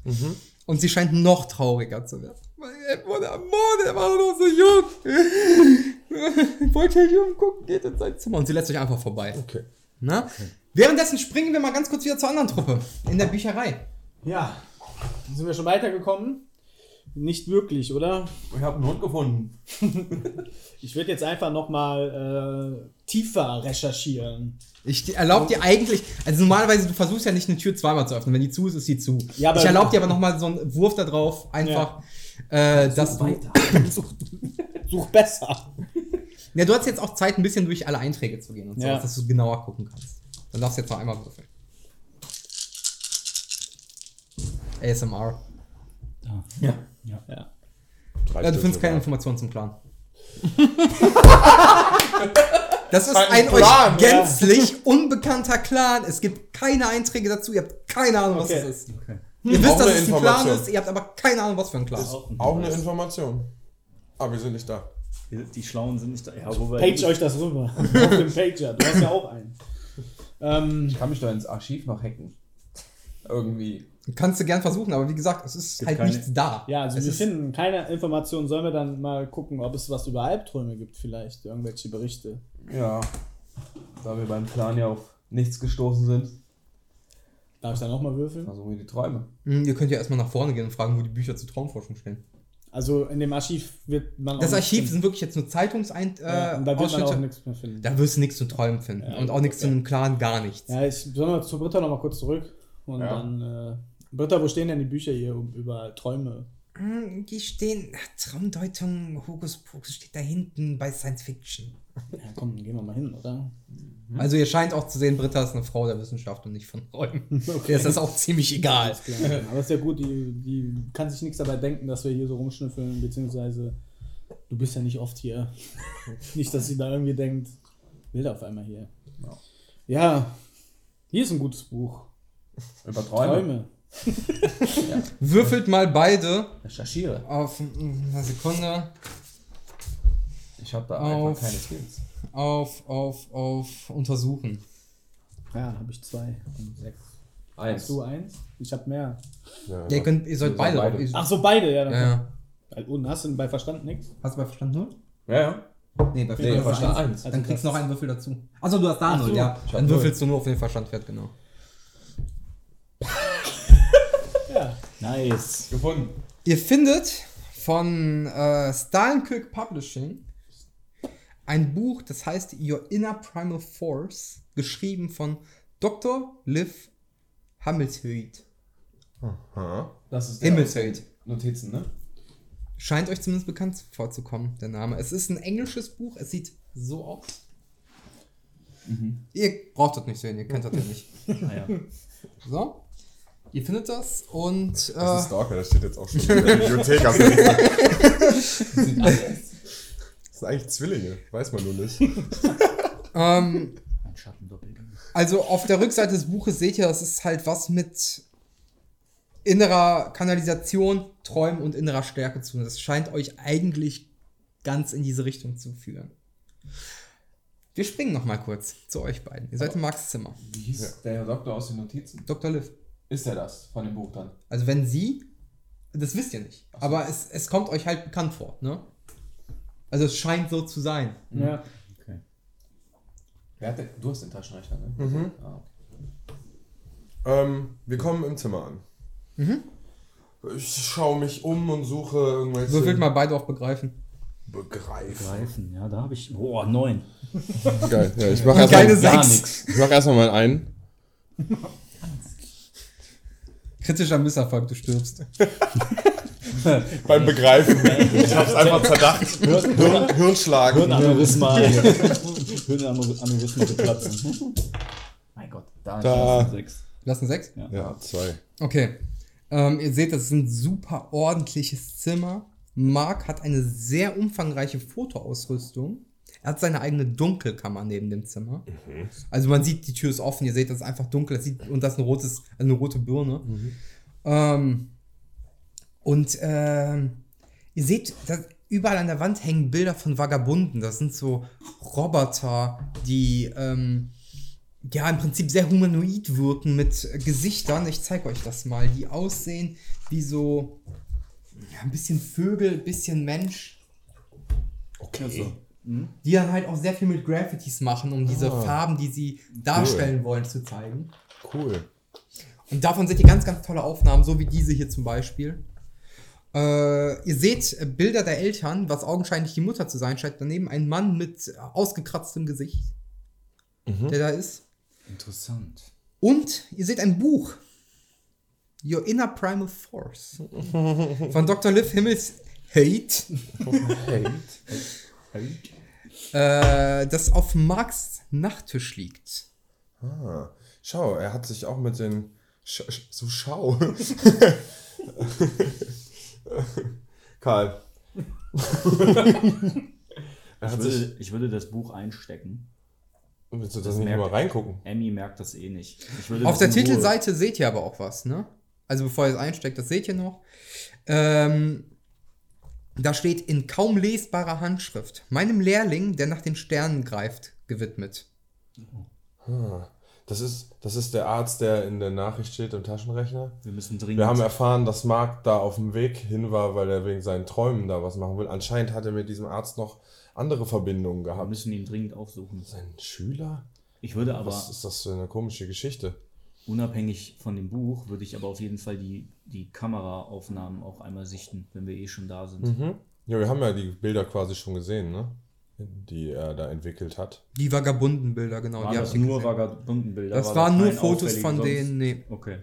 Und sie scheint noch trauriger zu werden. Weil Er wurde ermordet, er war doch noch so jung. Wollte ich umgucken, geht in sein Zimmer. Und sie lässt euch einfach vorbei.
Okay.
Na? Währenddessen springen wir mal ganz kurz wieder zur anderen Truppe. In der Bücherei.
Ja, sind wir schon weitergekommen? Nicht wirklich, oder?
Ich habe einen Hund gefunden.
Ich würde jetzt einfach nochmal äh, tiefer recherchieren.
Ich erlaube dir eigentlich, also normalerweise, du versuchst ja nicht eine Tür zweimal zu öffnen. Wenn die zu ist, ist sie zu.
Ja, aber-
ich erlaube dir aber nochmal so einen Wurf da drauf, einfach, äh, dass du.
Such besser.
Ja, du hast jetzt auch Zeit, ein bisschen durch alle Einträge zu gehen und so,
Ja.
dass du genauer gucken kannst. Dann darfst du jetzt noch einmal würfeln. ASMR.
Ja.
Ja.
Äh, du findest keine Informationen zum Plan. Das ist ein, euch gänzlich unbekannter Clan. Es gibt keine Einträge dazu. Ihr habt keine Ahnung, was
Okay.
es ist. Ihr wisst,
Auch
dass
eine
es ein Clan
Information.
ist. Ihr habt aber keine Ahnung, was für ein Clan.
Auch eine Information. Aber wir sind nicht da.
Die, die Schlauen sind nicht da. Ja, wobei
Page euch das rüber. Auf dem Pager. Du hast ja auch einen. Ähm,
Ich kann mich doch ins Archiv noch hacken. Irgendwie.
Kannst du gern versuchen, aber wie gesagt, es ist
Gibt
halt
keine-
nichts da.
ja, also
es
wir
ist,
finden keine Informationen. Sollen wir dann mal gucken, ob es was über Albträume gibt, vielleicht? Irgendwelche Berichte.
Ja. Da wir beim Plan ja auf nichts gestoßen sind,
Darf ich da nochmal würfeln?
versuchen wir die Träume.
Hm, ihr könnt ja erstmal nach vorne gehen und fragen, wo die Bücher zur Traumforschung stehen.
Also in dem Archiv wird man. auch
Das
nichts
Archiv
finden.
sind wirklich jetzt nur Zeitungsein
ja,
äh,
und da wird man auch
Ausschnitte.
nichts mehr finden.
Da wirst du nichts zu träumen finden.
Ja,
und auch nichts zu einem Clan, gar nichts.
Ja, ich sollen wir zu Britta nochmal kurz zurück. Und
Ja.
dann. Äh, Britta, wo stehen denn die Bücher hier um- über Träume?
Hm, Die stehen, Traumdeutung, Hokus Pokus steht da hinten bei Science Fiction.
Ja, komm, gehen wir mal hin, oder?
Also ihr scheint auch zu sehen, Britta ist eine Frau der Wissenschaft und nicht von Träumen.
Okay.
Ihr ist das auch ziemlich egal.
Aber ist ja gut, die, die kann sich nichts dabei denken, dass wir hier so rumschnüffeln, beziehungsweise du bist ja nicht oft hier. nicht, dass sie da irgendwie denkt, will auf einmal hier. Ja, hier ist ein gutes Buch.
Über Träume.
Träume.
Würfelt mal beide
Recherchiere.
auf mm, eine Sekunde.
Ich habe da
Auf.
einfach keine Skills.
Auf, auf, auf untersuchen.
Ja, habe ich zwei. und Sechs.
Eins.
Hast du eins? Ich habe mehr.
Ja,
Ja, ihr, könnt, ihr sollt
Wir
beide.
sollen
beide.
beide.
Ach so, beide, ja. Dann
ja, ja.
Und hast du bei Verstand nichts?
Hast du bei Verstand 0?
Ja, ja.
Nee, bei
Nee,
Verstand
Verstand
eins.
eins.
Dann kriegst du noch einen Würfel dazu. Achso, du hast da null, ja.
Ich hab
Dann würfelst du nur auf den Verstandwert, genau.
Nice.
Gefunden.
Ihr findet von äh, Stalenkirk Publishing ein Buch, das heißt Your Inner Primal Force, geschrieben von Dr. Liv Hammelshöid.
Aha.
Das ist der
Himmelshöid.
Notizen, ne?
Scheint euch zumindest bekannt vorzukommen, der Name. Es ist ein englisches Buch, es sieht so aus.
Mhm.
Ihr braucht das nicht sehen, ihr kennt das ja nicht.
Ah
Naja.
So. Ihr findet das und. Äh,
Das ist Stalker, das steht jetzt auch schon in der Bibliothek. Also das sind eigentlich Zwillinge, weiß man nur nicht.
ähm,
Ein Schattendoppelgänger.
Also auf der Rückseite des Buches seht ihr, das ist halt was mit innerer Kanalisation, Träumen und innerer Stärke zu tun. Das scheint euch eigentlich ganz in diese Richtung zu führen. Wir springen noch mal kurz zu euch beiden. Ihr seid in Max Zimmer.
Wie hieß der Doktor aus den Notizen?
Dr. Liv.
Ist er das von dem Buch dann?
Also wenn sie, das wisst ihr nicht, aber es, es kommt euch halt bekannt vor, ne? Also es scheint so zu sein.
Ja.
Wer hat denn, du hast den Taschenrechner, ne?
Mhm.
Ah, okay.
Ähm, wir kommen im Zimmer an.
Mhm.
Ich schaue mich um und suche irgendwelche.
Würfelt mal beide auf begreifen.
Begreifen.
Greifen, ja, da habe ich. Boah, neun.
Geil. Ja, ich mache
Geile
erstmal
Sechs.
mach erst mal einen.
Kritischer Misserfolg, du stirbst.
Beim Begreifen. Ich hab's einfach zerdacht. Hirn, Hirnschlagen.
Hirnaneurysma. Hirnaneurysma platzen. Mein Gott, da,
Da.
da. sechs.
Lass eine 6?
Ja, zwei.
Okay. Ähm, ihr seht, das ist ein super ordentliches Zimmer. Mark hat eine sehr umfangreiche Fotoausrüstung. Er hat seine eigene Dunkelkammer neben dem Zimmer. Also man sieht, die Tür ist offen, ihr seht, das ist einfach dunkel, das sieht, und das ist ein rotes, eine rote Birne. Ähm, und ähm, ihr seht, dass überall an der Wand hängen Bilder von Vagabunden. Das sind so Roboter, die ähm, ja, im Prinzip sehr humanoid wirken mit äh, Gesichtern. Ich zeige euch das mal. Die aussehen wie so ja, ein bisschen Vögel, ein bisschen Mensch.
Also.
Okay. Die dann halt auch sehr viel mit Graffitis machen, um diese Farben, die sie darstellen wollen, zu zeigen.
Cool.
Und davon seht ihr ganz, ganz tolle Aufnahmen, so wie diese hier zum Beispiel. Äh, ihr seht äh, Bilder der Eltern, was augenscheinlich die Mutter zu sein scheint. Daneben ein Mann mit äh, ausgekratztem Gesicht, der da ist.
Interessant.
Und ihr seht ein Buch. Your Inner Primal Force. Von Dr. Liv Himmels Hate. Äh, das auf Marks Nachttisch liegt.
Ah. Schau, er hat sich auch mit den. Sch sch so schau. Karl.
Ich
Er hat sich,
würde, ich würde das Buch einstecken.
willst du das,
das
nicht
merkt-
mal reingucken?
Emmy merkt das eh nicht. Ich würde
Auf
das
der
in Ruhe-
Titelseite seht ihr aber auch was, ne? Also bevor ihr es einsteckt, das seht ihr noch. Ähm, da steht in kaum lesbarer Handschrift, meinem Lehrling, der nach den Sternen greift, gewidmet.
Ah, Das ist, das ist der Arzt, der in der Nachricht steht im Taschenrechner.
Wir müssen dringend.
Wir haben erfahren, dass Marc da auf dem Weg hin war, weil er wegen seinen Träumen da was machen will. Anscheinend hat er mit diesem Arzt noch andere Verbindungen
wir
gehabt.
müssen ihn dringend aufsuchen.
Sein Schüler?
Ich würde aber
Was ist das für eine komische Geschichte?
unabhängig von dem Buch würde ich aber auf jeden Fall die, die Kameraaufnahmen auch einmal sichten, wenn wir eh schon da sind.
Ja, wir haben ja die Bilder quasi schon gesehen, ne? Die er da entwickelt hat.
Die Vagabundenbilder, genau.
Waren
die
das
habt ihr
nur
gesehen.
Vagabundenbilder?
das
War
waren nur
kein
Fotos
auffälligen
von
sonst?
denen, nee.
Okay.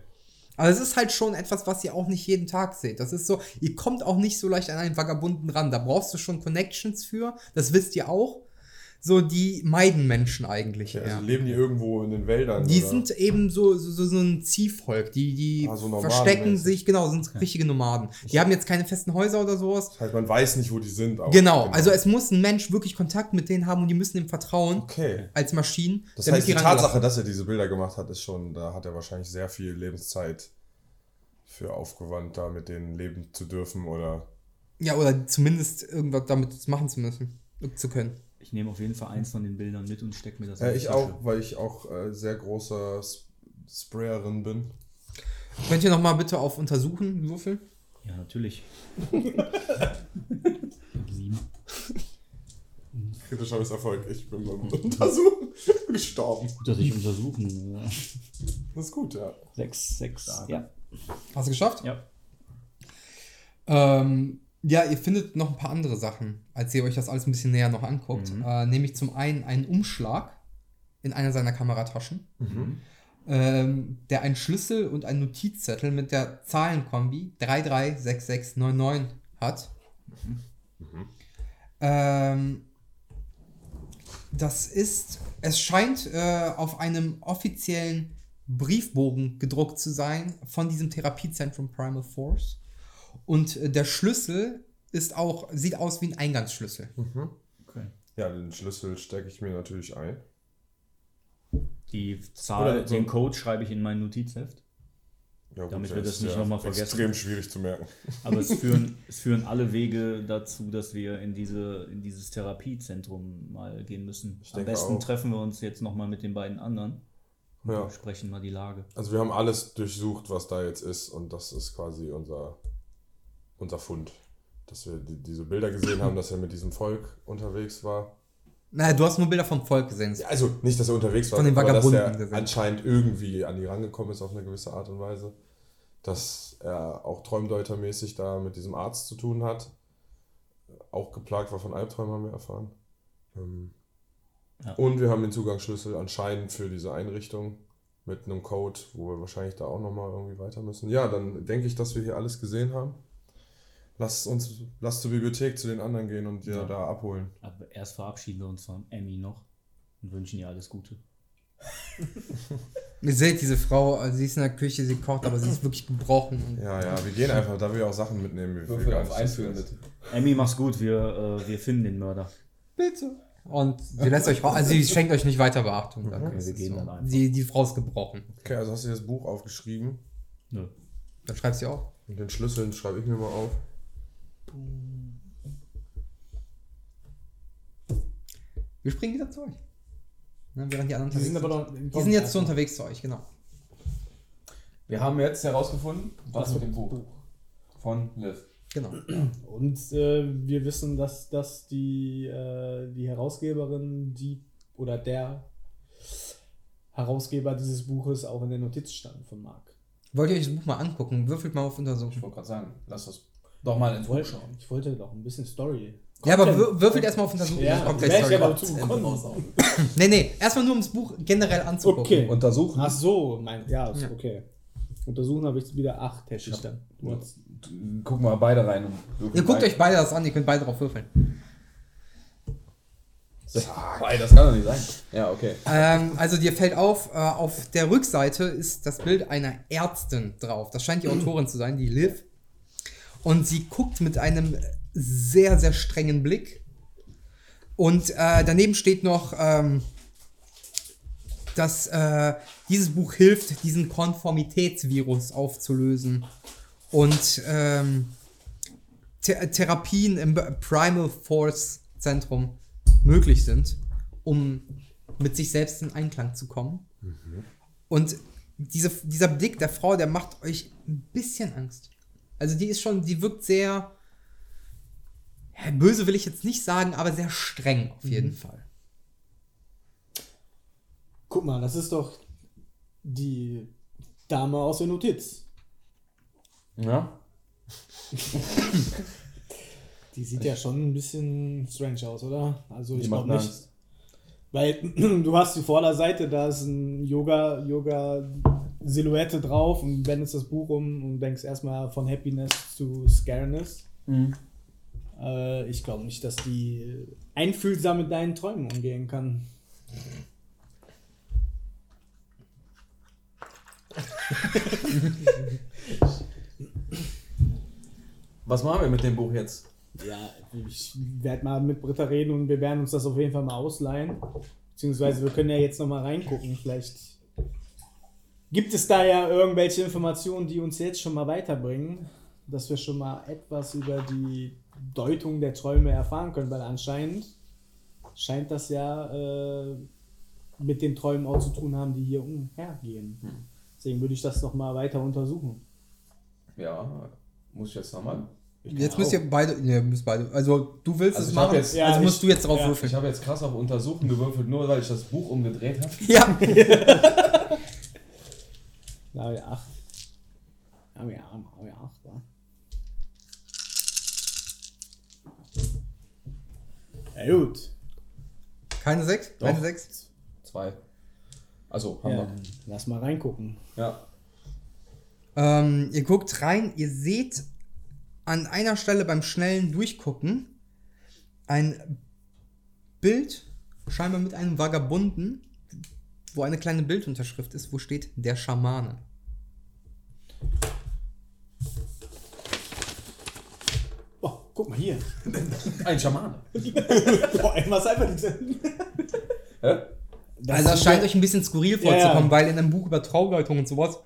Aber es ist halt schon etwas, was ihr auch nicht jeden Tag seht. Das ist so, ihr kommt auch nicht so leicht an einen Vagabunden ran. Da brauchst du schon Connections für. Das wisst ihr auch. So, die meiden Menschen eigentlich.
Ja,
Ja,
also leben die irgendwo in den Wäldern?
Die
oder?
sind eben so, so, so, so ein Ziehvolk. Die, die
Ah, so Nomaden-
verstecken
mäßig.
sich, genau, sind richtige Nomaden. Die haben jetzt keine festen Häuser oder sowas.
Das heißt, man weiß nicht, wo die sind. aber-
Genau, also es muss ein Mensch wirklich Kontakt mit denen haben und die müssen ihm vertrauen
Okay.
als Maschinen.
Das
damit
heißt, die
rangelassen
Tatsache, dass er diese Bilder gemacht hat, ist schon, da hat er wahrscheinlich sehr viel Lebenszeit für aufgewandt, da mit denen leben zu dürfen oder.
Ja, oder zumindest irgendwas damit machen zu müssen, zu können.
Ich nehme auf jeden Fall eins von den Bildern mit und stecke mir das
Ja,
in die
Äh, ich
Tasche.
auch, weil ich auch äh, sehr großer Sp- Sprayerin bin.
Könnt ihr nochmal bitte auf Untersuchen würfeln?
Ja, natürlich. Sieben.
Kritischer Misserfolg. Ich bin beim Untersuchen gestorben.
Gut, dass ich untersuchen. äh,
Das ist gut, ja.
Sechs, sechs. Ja.
Hast du geschafft?
Ja.
Ähm, ja, ihr findet noch ein paar andere Sachen, als ihr euch das alles ein bisschen näher noch anguckt. Äh, nämlich zum einen einen Umschlag in einer seiner Kamerataschen, ähm, der einen Schlüssel und einen Notizzettel mit der Zahlenkombi 336699 hat. Ähm, das ist, es scheint äh, auf einem offiziellen Briefbogen gedruckt zu sein von diesem Therapiezentrum Primal Force. Und äh, der Schlüssel ist auch, sieht aus wie ein Eingangsschlüssel.
Okay.
Ja, den Schlüssel stecke ich mir natürlich ein.
Die Zahl,
Oder so-
den Code schreibe ich in mein Notizheft.
Ja,
Damit
der
wir das
ist
nicht
ja
nochmal vergessen.
Extrem schwierig zu merken.
Aber es führen, es führen alle Wege dazu, dass wir in, diese, in dieses Therapiezentrum mal gehen müssen. Am
denke
besten
auch.
treffen wir uns jetzt nochmal mit den beiden anderen und
Ja.
besprechen mal die Lage.
Also wir haben alles durchsucht, was da jetzt ist und das ist quasi unser, unser Fund. Dass wir die, diese Bilder gesehen haben, dass er mit diesem Volk unterwegs war.
Naja, du hast nur Bilder vom Volk gesehen.
Ja, also nicht, dass er unterwegs war,
Von den
aber dass
Vagabunden
er
gesehen.
anscheinend irgendwie an die rangekommen ist auf eine gewisse Art und Weise. Dass er auch träumdeutermäßig da mit diesem Arzt zu tun hat. Auch geplagt war von Albträumen, haben wir erfahren. Ähm,
Ja.
Und wir haben den Zugangsschlüssel anscheinend für diese Einrichtung mit einem Code, wo wir wahrscheinlich da auch nochmal irgendwie weiter müssen. Ja, dann denke ich, dass wir hier alles gesehen haben. Lass uns, lass zur Bibliothek zu den anderen gehen und ja.
Ja.
da abholen.
Aber erst verabschieden wir uns von Emmy noch und wünschen ihr alles Gute.
Ihr seht diese Frau, also sie ist in der Küche, sie kocht, aber sie ist wirklich gebrochen. Und
Ja, ja, wir gehen einfach, da wir ja auch Sachen mitnehmen. Wir
Würfel auf Einführen
mit.
bitte.
Emmy, mach's gut, wir, äh, wir finden den Mörder.
Bitte. Und sie lässt euch, ra- also sie schenkt euch nicht weiter Beachtung. Danke.
Okay, wir gehen dann einfach.
Die, die Frau ist gebrochen.
Okay, also hast du dir das Buch aufgeschrieben
Nö.
Dann schreibst du auch.
und den Schlüssel schreibe ich mir mal auf.
Wir springen wieder zu euch. Ne, während die anderen
Die sind aber
unterwegs
noch.
sind. Die sind jetzt so unterwegs zu euch, genau.
Wir haben jetzt herausgefunden, was mit dem Buch
Buch.
von Liv.
Genau.
Und äh, wir wissen, dass, dass die, äh, die Herausgeberin, die oder der Herausgeber dieses Buches auch in der Notiz stand von Marc.
Wollt ihr euch das Buch mal angucken? Würfelt mal auf
Ich
Untersuchen.
wollte gerade sagen, lass das doch mal ins Buch
Wollte-
schauen.
Ich wollte doch ein bisschen Story.
ja, aber
Content.
wür- würfelt erstmal auf Untersuchen.
Ja,
das kommt
wär
gleich
ich
Story.
aber zu gekommen.
Nee, nee, erstmal nur um das Buch generell anzugucken.
Okay.
Untersuchen.
Ach so, mein, ja, ist
Ja.
okay. Untersuchen habe ich wieder acht, hätte ich dann. Du hast-
Gucken wir beide rein. Und würfeln
Ihr guckt
beide.
euch beide das an, ihr könnt beide drauf würfeln.
Boah, ey, das kann doch nicht sein. Ja, okay.
Ähm, also dir fällt auf, äh, auf der Rückseite ist das Bild einer Ärztin drauf. Das scheint die Autorin zu sein, die Liv. Und sie guckt mit einem sehr, sehr strengen Blick Und äh, daneben steht noch, ähm, dass äh, dieses Buch hilft, diesen Konformitätsvirus aufzulösen. Und ähm, Th Therapien im B- Primal Force Zentrum möglich sind, um mit sich selbst in Einklang zu kommen.
Mhm.
Und diese, dieser Blick der Frau, der macht euch ein bisschen Angst. Also die ist schon, die wirkt sehr, ja, böse will ich jetzt nicht sagen, aber sehr streng auf jeden
Mhm.
Fall.
Guck mal, das ist doch die Dame aus der Notiz.
Ja?
Die sieht ja schon ein bisschen strange aus, oder? Also ich
Die macht
glaube
mir
nicht.
Angst.
Weil du hast die Vorderseite, da ist ein Yoga, Yoga Silhouette drauf und wendest das Buch um und denkst erstmal von Happiness zu Scareness. Äh, ich glaube nicht, dass die einfühlsam mit deinen Träumen umgehen kann.
Was machen wir mit dem Buch jetzt?
Ja, ich werde mal mit Britta reden und wir werden uns das auf jeden Fall mal ausleihen. Beziehungsweise wir können ja jetzt nochmal reingucken. Vielleicht gibt es da ja irgendwelche Informationen, die uns jetzt schon mal weiterbringen, dass wir schon mal etwas über die Deutung der Träume erfahren können, weil anscheinend scheint das ja äh, mit den Träumen auch zu tun haben, die hier umhergehen. Deswegen würde ich das nochmal weiter untersuchen.
Ja, muss ich jetzt nochmal.
Jetzt müsst ihr beide, ne, müsst beide, also du willst
Also
es
ich hab
machen,
jetzt-
Ja,
also
ich-
musst du jetzt drauf
ja.
würfeln.
Ich habe jetzt krass auf Untersuchen gewürfelt, nur weil ich das Buch umgedreht habe.
Ja,
Ja, ja. Ja, ja, ja, ja. Ja, gut.
keine sechs, keine sechs.
Zwei. Also, haben
Ja, lass mal reingucken.
wir. Ja.
Ähm, ihr guckt rein, ihr seht an einer Stelle beim schnellen Durchgucken ein Bild, scheinbar mit einem Vagabunden, wo eine kleine Bildunterschrift ist, wo steht der Schamane.
Boah, Oh, guck mal hier.
Ein Schamane.
Boah, ey, was einfach diese.
Hä?
Das
also das
ist
scheint
ja-
euch ein bisschen skurril
Ja, ja.
vorzukommen, weil in einem Buch über Traugeutung und sowas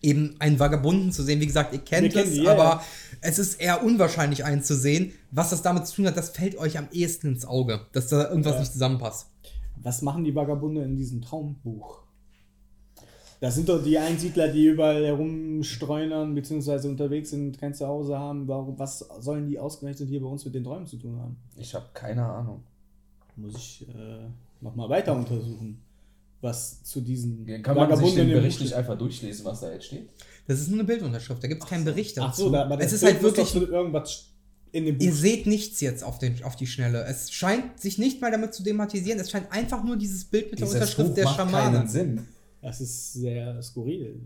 eben einen Vagabunden zu sehen, wie gesagt, ihr
Wir
kennt
kennen
es,
die, ja,
aber
ja.
es ist eher unwahrscheinlich einen zu sehen. Was das damit zu tun hat, das fällt euch am ehesten ins Auge, dass da irgendwas
Ja.
nicht zusammenpasst.
Was machen die Vagabunde in diesem Traumbuch? Das sind doch die Einsiedler, die überall herumstreunern bzw. unterwegs sind, kein Zuhause haben. Warum, was sollen die ausgerechnet hier bei uns mit den Träumen zu tun haben?
Ich habe keine Ahnung.
muss ich äh, nochmal weiter untersuchen, was zu diesen
Kann man sich den
im
Bericht
Buch-
nicht einfach durchlesen, was da jetzt steht?
Das ist nur eine Bildunterschrift, da gibt es keinen Bericht dazu.
Ach so, da, aber das
es ist
Bild
halt
muss
wirklich,
doch zu irgendwas in dem
ihr
Buch.
seht nichts jetzt auf, den, auf die Schnelle. Es scheint sich nicht mal damit zu thematisieren, es scheint einfach nur dieses Bild mit der Unterschrift der Schamane.
keinen Sinn.
Das ist sehr skurril,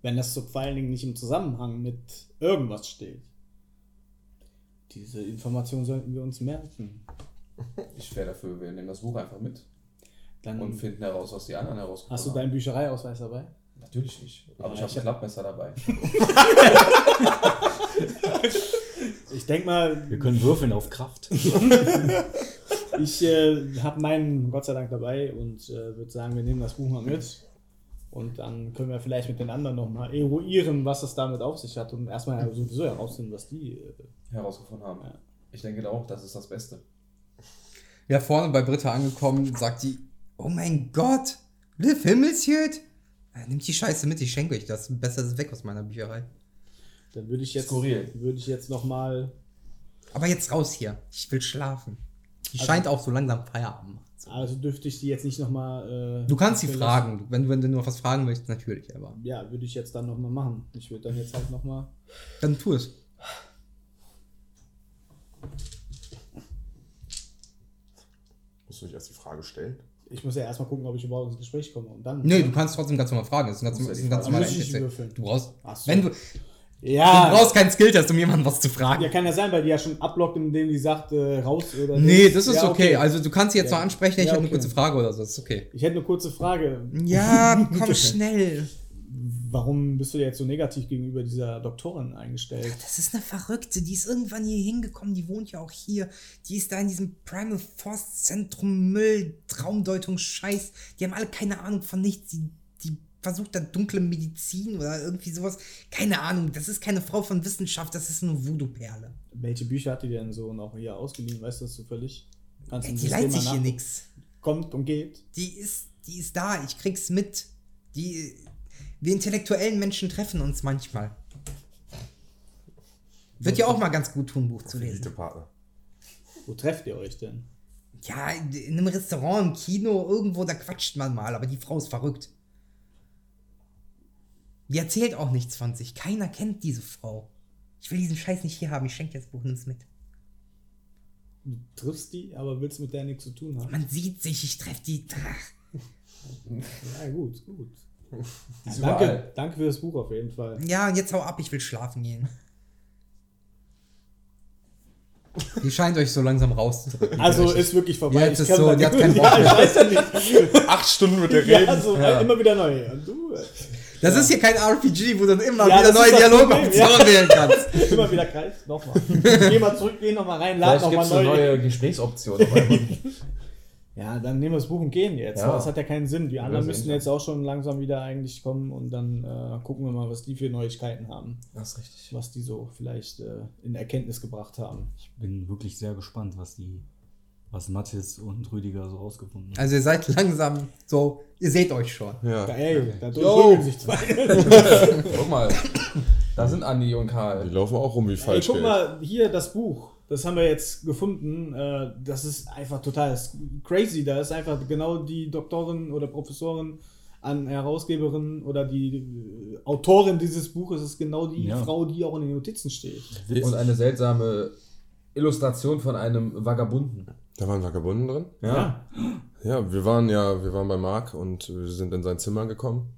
wenn das so vor allen Dingen nicht im Zusammenhang mit irgendwas steht. Diese Information sollten wir uns merken.
Ich wäre dafür, wir nehmen das Buch einfach mit
Dann
und finden heraus, was die anderen herausgefunden
hast du
haben.
deinen Büchereiausweis dabei?
Natürlich nicht. Aber
Ja,
ich habe
ich
ein
hab-
Klappmesser dabei.
Ich denke mal,
Wir können würfeln auf Kraft.
Ich äh, habe meinen Gott sei Dank dabei und äh, würde sagen, wir nehmen das Buch mal mit. Und dann können wir vielleicht mit den anderen nochmal eruieren, was es damit auf sich hat. Und erstmal sowieso herausfinden, was die. Äh,
herausgefunden haben.
Ja.
Ich denke auch, das ist das Beste.
Ja, vorne bei Britta angekommen, sagt die, oh mein Gott, Liv Himmelshüt. Nimmt die Scheiße mit, ich schenke euch das. Besser ist es weg aus meiner Bücherei.
dann würde ich jetzt.
Skurril.
Würde ich jetzt nochmal.
Aber jetzt raus hier, ich will schlafen. Die scheint auch so langsam Feierabend. machen zu-
Also dürfte ich die jetzt nicht nochmal. Äh,
Du kannst sie
verlassen.
fragen, wenn du, wenn du noch was fragen möchtest, natürlich, aber
Ja, würde ich jetzt dann nochmal machen. Ich würde dann jetzt halt nochmal.
dann tu es.
Musst du nicht erst die Frage stellen?
Ich muss ja erstmal gucken, ob ich überhaupt ins Gespräch komme. Und dann. ne?
Nee, du kannst trotzdem ganz normal fragen. Das ist ein ganz,
Muss ja
das
die
ist ein ganz
Frage-
normaler
Muss ich
NPC.
würfeln?
Du brauchst,
Ach so.
wenn du,
ja.
du brauchst keinen Skill-Test, um jemandem was zu fragen.
ja, kann ja sein, weil die ja schon ablockt, indem die sagt, äh, raus oder.
nee,
nicht.
das ist
Ja,
okay. Also du kannst sie jetzt
Ja.
noch ansprechen, ich
Ja,
habe eine
okay.
kurze Frage oder so, das ist okay.
Ich hätte eine kurze Frage.
Ja, komm schnell.
Warum bist du dir jetzt so negativ gegenüber dieser Doktorin eingestellt?
Das ist eine Verrückte, die ist irgendwann hier hingekommen, die wohnt ja auch hier. Die ist da in diesem Primal Force Zentrum Müll, Traumdeutung, Scheiß. Die haben alle keine Ahnung von nichts. Die, die versucht da dunkle Medizin oder irgendwie sowas. Keine Ahnung, das ist keine Frau von Wissenschaft, das ist eine Voodoo-Perle.
Welche Bücher hat die denn so und auch hier ausgeliehen? Weißt du das zufällig? Kannst du
Die
das
leiht
Thema
sich hier
nach-
nix.
Kommt und geht.
Die ist, die ist da, ich krieg's mit. Die, wir intellektuellen Menschen treffen uns manchmal. Wird ja auch mal ganz gut tun, Buch zu lesen.
Elite-Partner.
Wo trefft ihr euch denn?
Ja, in einem Restaurant, im Kino, irgendwo, da quatscht man mal, aber die Frau ist verrückt. Die erzählt auch nichts von sich. Keiner kennt diese Frau. Ich will diesen Scheiß nicht hier haben, ich schenke dir das Buch, nimm's mit.
Du triffst die, aber willst mit der nichts zu tun haben.
Man sieht sich, ich treffe die. Ach.
Ja, gut, gut.
ist
Ja, danke,
überall.
danke für das Buch auf jeden Fall.
Ja, und jetzt hau ab, ich will schlafen gehen. Die scheint euch so langsam rauszudrücken.
Also ist wirklich vorbei.
Ja, jetzt ist so, die hat keinen Bock
ja,
mehr.
ich weiß ja nicht.
Acht Stunden mit der
Ja,
reden.
so,
Ja.
Immer wieder neu. Und du äh,
Das ist hier kein RPG, wo du dann immer
Ja,
wieder
das ist
neue
das
Dialogoptionen wählen kannst.
immer wieder kreist. Nochmal. Geh mal zurück, geh nochmal rein, lad
Vielleicht gibt
nochmal
es eine
neu.
neue Gesprächsoption. auf einmal.
Ja, dann nehmen wir das Buch und gehen jetzt.
Ja.
Das hat ja keinen Sinn. Die anderen
das
müssen
ändern.
jetzt auch schon langsam wieder eigentlich kommen und dann äh, gucken wir mal, was die für Neuigkeiten haben.
das ist richtig.
Was die so vielleicht äh, in Erkenntnis gebracht haben.
Bin wirklich sehr gespannt, was die, was Mathis und Rüdiger so rausgefunden haben.
Also ihr seid langsam so, ihr seht euch schon.
Da,
Ja.
ey, da
Yo.
drücken sich zwei.
Guck mal, da sind Andi und
Die
Karl.
laufen auch rum wie
Ey,
falsch.
guck mal, hier das Buch, das haben wir jetzt gefunden. Äh, das ist einfach total s- crazy. Da ist einfach genau die Doktorin oder Professorin an Herausgeberin oder die äh, Autorin dieses Buches ist genau die
Ja.
Frau, die auch in den Notizen steht.
Und eine seltsame Illustration von einem Vagabunden.
Da waren Vagabunden drin.
Ja.
Ja, wir waren ja, wir waren bei Marc und wir sind in sein Zimmer gekommen.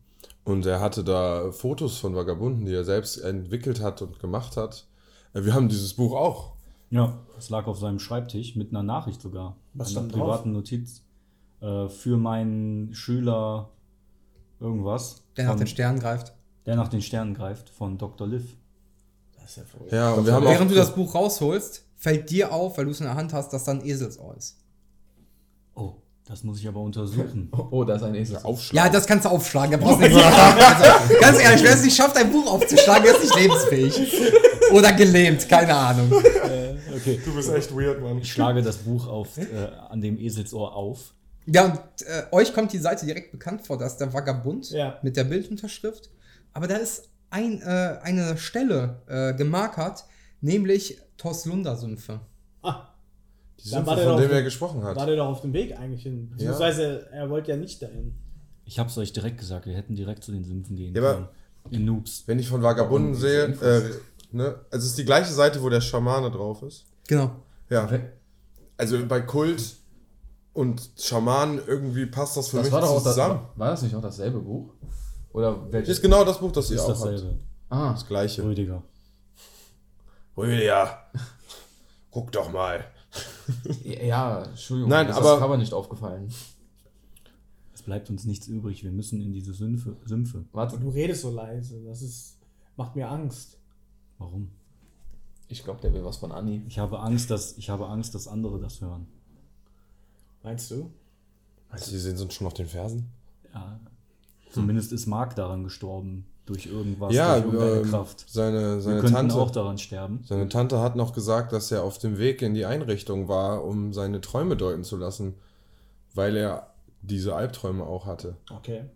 Und er hatte da Fotos von Vagabunden, die er selbst entwickelt hat und gemacht hat. Äh, Wir haben dieses Buch auch.
Ja, es lag auf seinem Schreibtisch mit einer Nachricht sogar.
Was
einer
stand drauf?
privaten Notiz äh, für meinen Schüler irgendwas.
Der nach
von-
den Sternen greift.
der nach den Sternen greift von Dr. Liv.
Das ist ja verrückt.
Ja, und wir haben
Während
auch
du das Buch rausholst, fällt dir auf, weil du es in der Hand hast, dass da ein Eselsohr ist.
Oh, das muss ich aber untersuchen.
Oh, da ist ein Esel.
Aufschlag.
Ja, das kannst du aufschlagen, da brauchst du nichts zu sagen. also, Ganz ehrlich, wer es nicht schafft, ein Buch aufzuschlagen, der ist nicht lebensfähig. Oder gelähmt, keine Ahnung.
Du bist echt weird, Mann.
Ich schlage das Buch auf, äh, an dem Eselsohr auf.
Ja, und äh, euch kommt die Seite direkt bekannt vor, da ist der Vagabund
Ja.
mit der Bildunterschrift. Aber da ist ein, äh, eine Stelle äh, gemarkert, nämlich Torslunda-Sümpfe.
Ah,
Die
Dann
Sümpfe,
war der
von
doch-
dem er gesprochen hat.
war der doch auf dem Weg eigentlich hin. Beziehungsweise er wollte ja nicht dahin.
Ich hab's euch direkt gesagt, wir hätten direkt zu den Sümpfen gehen
Ja,
können.
aber-
In Noobs.
Wenn ich von Vagabunden sehe, äh, ne? Also es ist die gleiche Seite, wo der Schamane drauf ist.
Genau.
Ja. Also bei Kult und Schamanen irgendwie passt das für
Das
mich
war doch auch das,
zusammen.
war das nicht auch dasselbe Buch? Oder welches?
ist genau das Buch, das ihr
Ist
auch habt.
dasselbe.
Ah,
Das gleiche.
Rüdiger.
Rüdiger, guck doch mal.
ja, Entschuldigung.
Nein,
mir ist
aber-
das Cover nicht aufgefallen.
Es bleibt uns nichts übrig, wir müssen in diese Sümpfe. Sümpfe.
Warte,
Du redest so leise. Das ist, macht mir Angst.
Warum?
ich glaube, der will was von Anni.
Ich habe Angst, dass, ich habe Angst, dass andere das hören.
Meinst du?
Also die sind schon auf den Fersen.
Ja. Zumindest ist Mark daran gestorben. Durch irgendwas,
ja,
durch irgendeine
ähm,
Kraft.
seine,
Wir
seine
könnten
Tante.
auch daran sterben.
seine Tante hat noch gesagt, dass er auf dem Weg in die Einrichtung war, um seine Träume deuten zu lassen, weil er diese Albträume auch hatte.
Okay.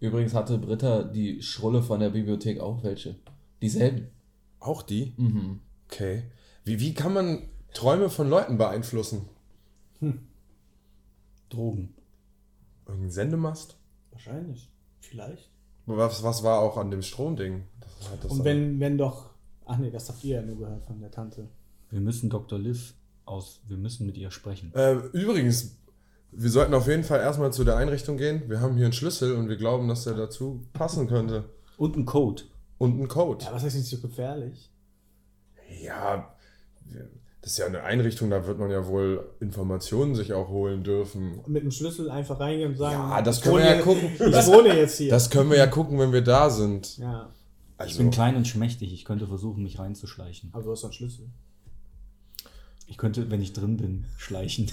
Übrigens hatte Britta die Schrulle von der Bibliothek auch welche. Dieselben.
Auch die?
Mhm.
Okay. Wie, wie kann man Träume von Leuten beeinflussen?
Drogen.
Irgendein Sendemast?
Wahrscheinlich. Vielleicht.
Was, was war auch an dem Stromding? Das hat das
Und wenn, wenn doch. Ach nee, das habt ihr ja nur gehört von der Tante.
Wir müssen Dr. Liv aus. Wir müssen mit ihr sprechen.
äh, übrigens, wir sollten auf jeden Fall erstmal zu der Einrichtung gehen. Wir haben hier einen Schlüssel und wir glauben, dass der dazu passen könnte.
Und ein Code.
Und einen Code.
Ja, was ist nicht so gefährlich?
Ja, wir-
ist ja eine Einrichtung, da wird man ja wohl Informationen sich auch holen dürfen.
Mit dem Schlüssel einfach reingehen und sagen,
Ah, das
ich
können wir
wohne
ja
hier-
gucken.
ich wohne jetzt hier.
Das können wir ja gucken, wenn wir da sind.
ja,
Ich
Also,
bin klein und schmächtig. Ich könnte versuchen, mich reinzuschleichen.
aber du hast doch einen Schlüssel.
Ich könnte, wenn ich drin bin, schleichen.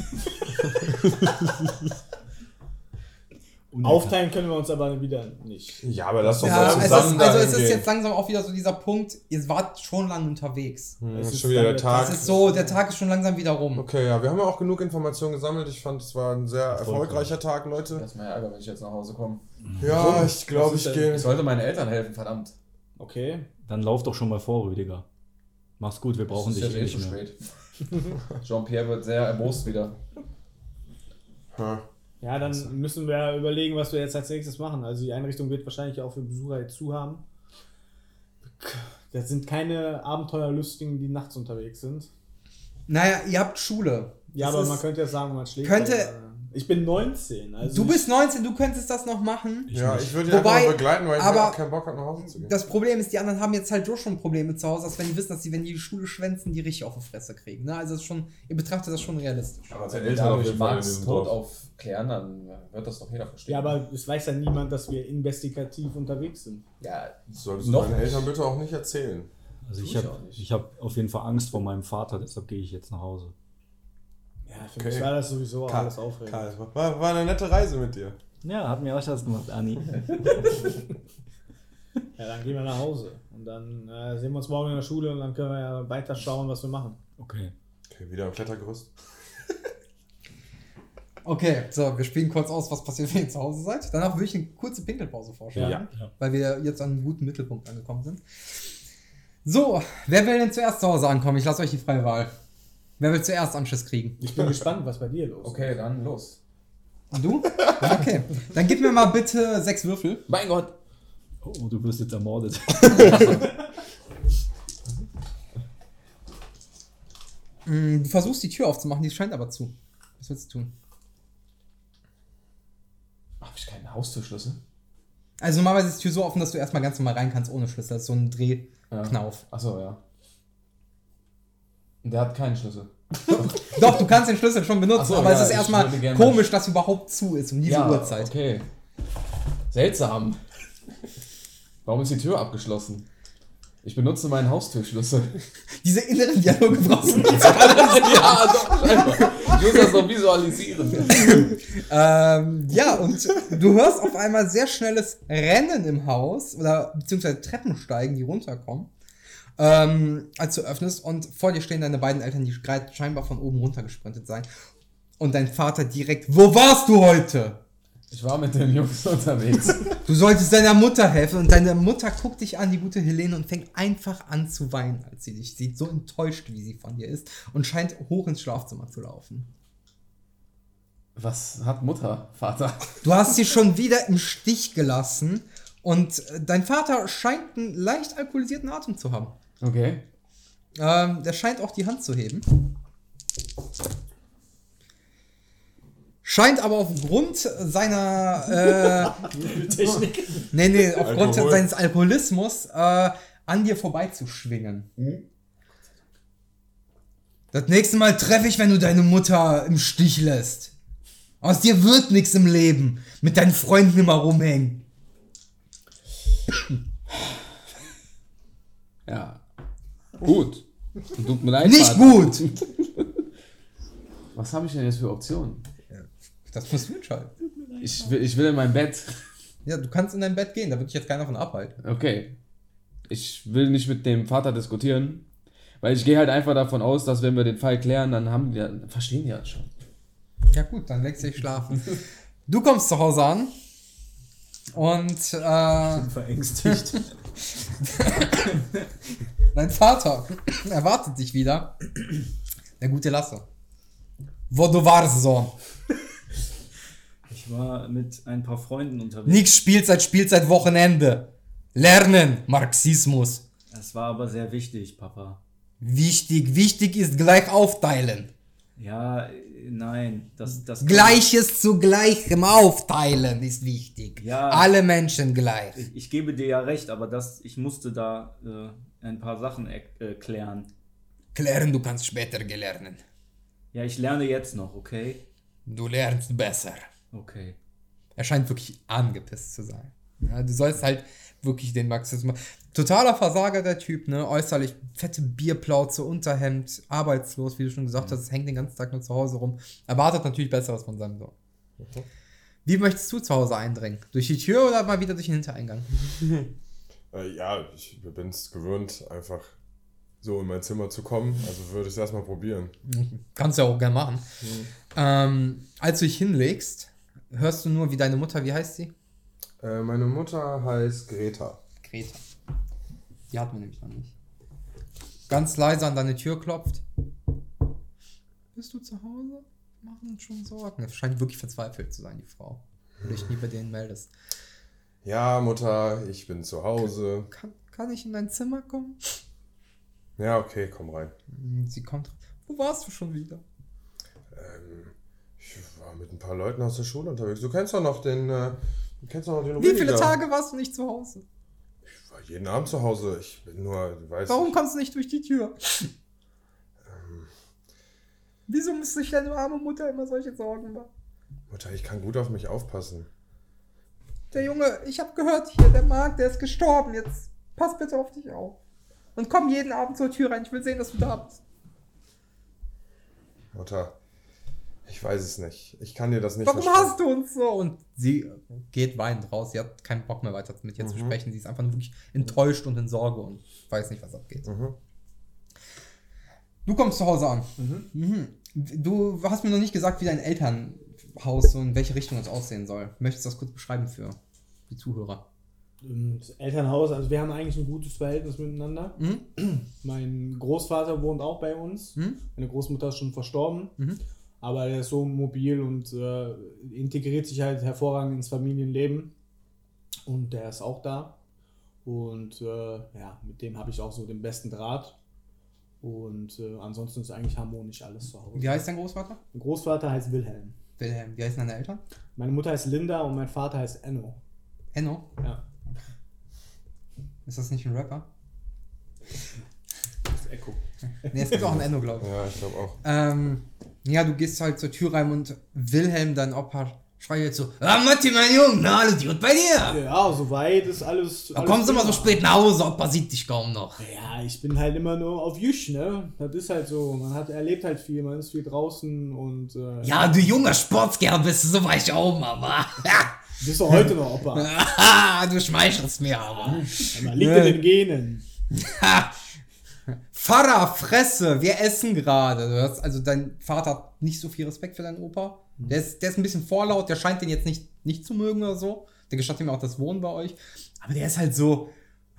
Aufteilen können wir uns aber wieder nicht.
ja, aber lass doch
Ja,
mal
es ist,
zusammen
also es ist
dahin
jetzt langsam auch wieder so dieser Punkt, ihr wart schon lange unterwegs.
gehen. Hm,
es
ist
ist
schon wieder der
dann-
Tag.
Das ist so, der Tag ist schon langsam wieder rum.
Okay, ja, wir haben ja auch genug Informationen gesammelt. Ich fand, es war ein sehr erfolgreicher Tag, Leute.
Das ist mein Ärger, wenn ich jetzt nach Hause komme.
Ja, ich glaube, ich gehe.
Ich sollte meinen Eltern helfen, verdammt.
Okay.
Dann lauf doch schon mal vor, Rüdiger. Mach's gut, wir brauchen
es
dich
ist
eh
jetzt eh
nicht
zu
mehr.
spät. Jean-Pierre wird sehr erbost wieder.
Ha.
Ja, dann müssen wir überlegen, was wir jetzt als nächstes machen. Also die Einrichtung wird wahrscheinlich auch für Besucher jetzt zu haben. Das sind keine Abenteuerlustigen, die nachts unterwegs sind.
Naja, ihr habt Schule.
Ja,
Das
aber
ist-
man könnte ja sagen, man schläft.
Könnte-
halt. Ich bin 19. Also
du bist 19, du könntest das noch machen.
Ja, ich würde
Wobei,
einfach mal begleiten, weil ich
aber-
auch keinen Bock habe, nach Hause zu gehen.
Das Problem ist, die anderen haben jetzt halt doch schon Probleme zu Hause, als wenn die wissen, dass sie, wenn die die Schule schwänzen, die richtig auf die Fresse kriegen. Ne? Also das ist schon, ihr betrachtet das schon realistisch.
Aber
Wenn wir dadurch Max Tod aufklären, dann wird das doch jeder verstehen.
ja, aber es weiß ja niemand, dass wir investigativ unterwegs sind.
Ja,
Solltest du
Noch
deinen
nicht.
Eltern bitte auch nicht erzählen.
Also ich
ich auch
habe
nicht.
ich hab auf jeden Fall Angst vor meinem Vater, deshalb gehe ich jetzt nach Hause.
Ja, für
Okay.
mich war das sowieso
Karl,
alles aufregend.
Karl, war, war eine nette Reise mit dir.
Ja, hat mir auch Spaß gemacht, Anni.
Ja, dann gehen wir nach Hause. Und dann äh, sehen wir uns morgen in der Schule und dann können wir ja weiter schauen, was wir machen.
Okay.
Okay, wieder am Klettergerüst.
Okay, so, wir spielen kurz aus, was passiert, wenn ihr zu Hause seid. Danach würde ich eine kurze Pinkelpause vorschlagen,
Ja.
Ja.
weil wir jetzt an einem guten Mittelpunkt angekommen sind. So, wer will denn zuerst zu Hause ankommen? Ich lasse euch die freie Wahl. Wer will zuerst Anschiss kriegen?
Ich bin gespannt, was bei dir los ist.
okay, dann los.
Und du? Okay, dann gib mir mal bitte sechs Würfel.
Mein Gott.
Oh, du wirst jetzt ermordet.
Mm, Du versuchst die Tür aufzumachen, die scheint aber zu. Was willst du tun?
Hab ich keinen Haustürschlüssel?
Also normalerweise ist die Tür so offen, dass du erstmal ganz normal rein kannst ohne Schlüssel. Das ist so ein Drehknauf.
Achso, ja. Und Der hat keinen Schlüssel.
Doch, du kannst den Schlüssel schon benutzen,
Ach so,
aber
ja,
es ist
ich
erstmal
würde gerne-
komisch, dass überhaupt zu ist um diese Uhrzeit.
okay. Seltsam. Warum ist die Tür abgeschlossen? Ich benutze meinen Haustürschlüssel.
Diese inneren Dialoge brauchst du nicht.
ja, doch, scheinbar. Ich muss das noch visualisieren.
ähm, ja, und du hörst auf einmal sehr schnelles Rennen im Haus oder beziehungsweise Treppensteigen, die runterkommen. Ähm, als du öffnest und vor dir stehen deine beiden Eltern, die gerade scheinbar von oben runtergesprintet sein. Und dein Vater direkt, wo warst du heute?
Ich war mit den Jungs unterwegs.
Du solltest deiner Mutter helfen und deine Mutter guckt dich an, die gute Helene, und fängt einfach an zu weinen, als sie dich sieht. So enttäuscht, wie sie von dir ist und scheint hoch ins Schlafzimmer zu laufen.
Was hat Mutter, Vater?
Du hast sie schon wieder im Stich gelassen und äh, dein Vater scheint einen leicht alkoholisierten Atem zu haben.
Okay.
Ähm, der scheint auch die Hand zu heben. Scheint aber aufgrund seiner äh,
Technik.
Nee, nee, aufgrund
Alkohol.
seines Alkoholismus äh, an dir vorbeizuschwingen. Das nächste Mal treffe ich, wenn du deine Mutter im Stich lässt. Aus dir wird nichts im Leben. Mit deinen Freunden immer rumhängen.
Ja. Gut. Tut mir leid,
Nicht
Vater.
gut.
Was habe ich denn jetzt für Optionen?
Das musst du entscheiden.
Ich will, ich will in mein Bett.
Ja, du kannst in dein Bett gehen, da wird dich jetzt keiner von abhalten.
Okay. Ich will nicht mit dem Vater diskutieren. Weil ich gehe halt einfach davon aus, dass wenn wir den Fall klären, dann haben die, dann verstehen die das schon.
Ja gut, dann wechsle ich schlafen. Du kommst zu Hause an und äh,
Verängstigt.
Dein Vater erwartet dich wieder. Der gute Lasse. Wo du warst, Sohn.
Ich war mit ein paar Freunden unterwegs.
Nix Spielzeit, Spielzeit, Wochenende. Lernen, Marxismus.
Das war aber sehr wichtig, Papa.
Wichtig, wichtig ist gleich aufteilen.
Ja, äh, nein, das das
Gleiches zu gleichem aufteilen ist wichtig.
Ja.
Alle Menschen gleich.
Ich, ich gebe dir ja recht, aber das ich musste da äh, ein paar Sachen erk- äh, klären.
Klären, du kannst später gelernen.
Ja, ich lerne jetzt noch, okay?
Du lernst besser.
Okay.
Er scheint wirklich angepisst zu sein. Ja, du sollst halt wirklich den Marxismus. Totaler Versager, der Typ, ne? Äußerlich fette Bierplauze, Unterhemd, arbeitslos, wie du schon gesagt hast, hängt den ganzen Tag nur zu Hause rum. Erwartet natürlich Besseres von seinem Sohn. Wie möchtest du zu Hause eindringen? Durch die Tür oder mal wieder durch den Hintereingang?
Äh, ja, ich bin es gewöhnt, einfach so in mein Zimmer zu kommen. Also würde ich es erstmal probieren.
Kannst du ja auch gerne machen. Ähm, als du dich hinlegst, hörst du nur, wie deine Mutter, wie heißt sie?
Äh, meine Mutter heißt Greta.
Greta. Die hat man nämlich noch nicht. Ganz leise an deine Tür klopft. Bist du zu Hause? Machen uns schon Sorgen. Es scheint wirklich verzweifelt zu sein, die Frau. Wenn du dich nie bei denen meldest.
Ja, Mutter, ich bin zu Hause.
Kann, kann ich in dein Zimmer kommen? Hm,
Ja, okay, komm rein.
Sie kommt. Wo warst du schon wieder?
Ähm, ich war mit ein paar Leuten aus der Schule unterwegs. Du kennst doch noch den, äh, du kennst doch noch den
Wie viele
Rüdiger.
Tage warst du nicht zu Hause?
Ich war jeden Abend zu Hause. Ich bin nur, du weißt.
Warum kommst du nicht durch die Tür? Wieso muss sich deine arme Mutter immer solche Sorgen machen?
Mutter, ich kann gut auf mich aufpassen.
Der Junge, ich habe gehört hier, der Marc, der ist gestorben. Jetzt pass bitte auf dich auf. Und komm jeden Abend zur Tür rein. Ich will sehen, dass du da bist.
Mutter, ich weiß es nicht. Ich kann dir das nicht
Warum
versprechen.
hast du uns so? Und sie geht weinend raus. Sie hat keinen Bock mehr weiter mit dir zu sprechen. Sie ist einfach nur wirklich enttäuscht und in Sorge und weiß nicht, was abgeht.
Mhm.
Du kommst zu Hause an. Mhm. Du hast mir noch nicht gesagt, wie dein Elternhaus so in welche Richtung es aussehen soll. Möchtest du das kurz beschreiben für die Zuhörer?
Ähm, Das Elternhaus, also wir haben eigentlich ein gutes Verhältnis miteinander.
Mhm.
Mein Großvater wohnt auch bei uns.
Mhm.
Meine Großmutter ist schon verstorben.
Mhm.
Aber er ist so mobil und äh, integriert sich halt hervorragend ins Familienleben. Und der ist auch da. Und äh, ja, mit dem habe ich auch so den besten Draht. Und äh, ansonsten ist eigentlich harmonisch alles zu Hause.
Wie heißt dein Großvater?
Mein Großvater heißt Wilhelm.
Wilhelm. Wie heißen deine Eltern?
Meine Mutter heißt Linda und mein Vater heißt Enno.
Enno.
Ja,
Ist das nicht ein Rapper?
das ist Echo.
Nee, es gibt auch ein Enno, glaube ich.
Ja, ich glaube auch.
Ähm, ja, du gehst halt zur Tür rein und Wilhelm, dein Opa, schreit jetzt so: Ah, Matti, mein Junge, na, alles gut bei dir?
Ja, soweit ist alles.
Da
alles
kommst du immer
prima.
so spät nach Hause, Opa sieht dich kaum noch.
Ja, ich bin halt immer nur auf Jüsch, ne? Das ist halt so. Man hat erlebt halt viel, man ist viel draußen und äh,
Ja, du junger Sportskerl bist du, so war ich auch, Mama.
bist du heute noch Opa.
"Ah, du schmeichelst mir aber.
Man liegt in den Genen.
Pfarrer, Fresse, wir essen gerade. Du hast- Also dein Vater hat nicht so viel Respekt für deinen Opa. Der ist, der ist ein bisschen vorlaut, der scheint den jetzt nicht, nicht zu mögen oder so. Der gestattet ihm auch das Wohnen bei euch. Aber der ist halt so,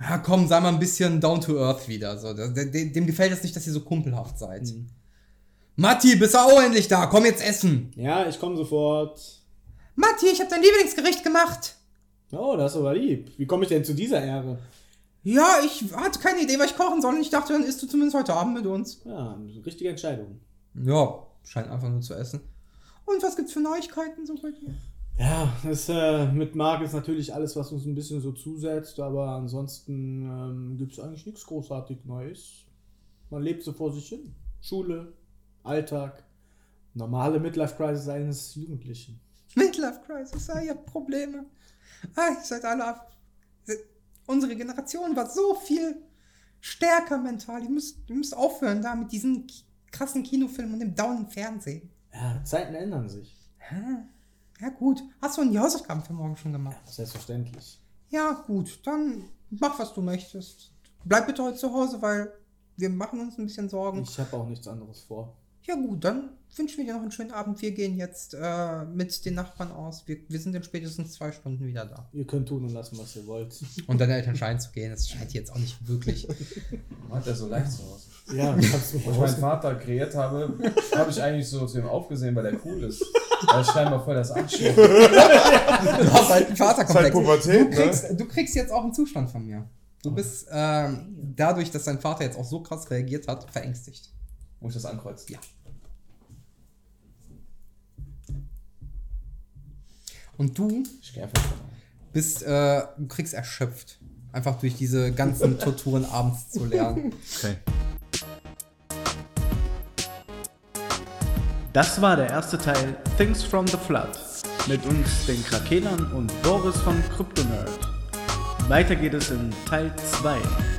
ja, komm, sei mal ein bisschen down to earth wieder. So, der, der, dem gefällt es nicht, dass ihr so kumpelhaft seid. Matti, bist du auch endlich da? Komm jetzt essen.
Ja, ich komme sofort.
Matti, ich habe dein Lieblingsgericht gemacht.
Oh, das ist aber lieb. Wie komme ich denn zu dieser Ehre?
Ja, ich hatte keine Idee, was ich kochen soll. Und ich dachte, dann isst du zumindest heute Abend mit uns.
Ja, eine richtige Entscheidung.
Ja, scheint einfach nur zu essen. Und was gibt's für Neuigkeiten so bei dir?
Ja, das, äh, mit Marc ist natürlich alles, was uns ein bisschen so zusetzt, aber ansonsten ähm, gibt es eigentlich nichts großartig Neues. Man lebt so vor sich hin. Schule, Alltag, normale Midlife-Crisis eines Jugendlichen.
Midlife Crisis, ah, ihr habt Probleme. Ah, ihr seid alle. ab- se- Unsere Generation war so viel stärker mental. Ihr müsst, ihr müsst aufhören da mit diesen ki- krassen Kinofilmen und dem dauernden Fernsehen.
Ja, Zeiten ändern sich.
Ah, Ja, gut. Hast du denn die Hausaufgaben für morgen schon gemacht?
Selbstverständlich.
Ja, gut. Dann mach, was du möchtest. Bleib bitte heute zu Hause, weil wir machen uns ein bisschen Sorgen.
Ich habe auch nichts anderes vor.
Ja gut, dann wünschen wir dir noch einen schönen Abend. Wir gehen jetzt äh, mit den Nachbarn aus. Wir, wir sind in spätestens zwei Stunden wieder da.
Ihr könnt tun und lassen, was ihr wollt.
Und deine Eltern scheinen zu gehen. Das scheint jetzt auch nicht wirklich.
Hat er so leicht zu Hause.
Ja, ich hab's mir
Wo ich meinen
raus-
Vater kreiert habe, habe ich eigentlich so zu ihm aufgesehen, weil er cool ist. Weil ich scheinbar voll das Anschauen.
Du hast halt einen
Das ist halt
Vaterkomplex.
Pubertät,
Du
ne?
kriegst, du kriegst jetzt auch einen Zustand von mir. Du bist ähm, dadurch, dass dein Vater jetzt auch so krass reagiert hat, verängstigt.
Muss ich das ankreuzen?
Ja. Und du
Ich gehe einfach schon.
bist, äh, du kriegst erschöpft. Einfach durch diese ganzen Torturen abends zu lernen.
Okay.
Das war der erste Teil Things from the Flood mit uns, den Krakelern und Boris von Kryptonerd. Weiter geht es in Teil 2.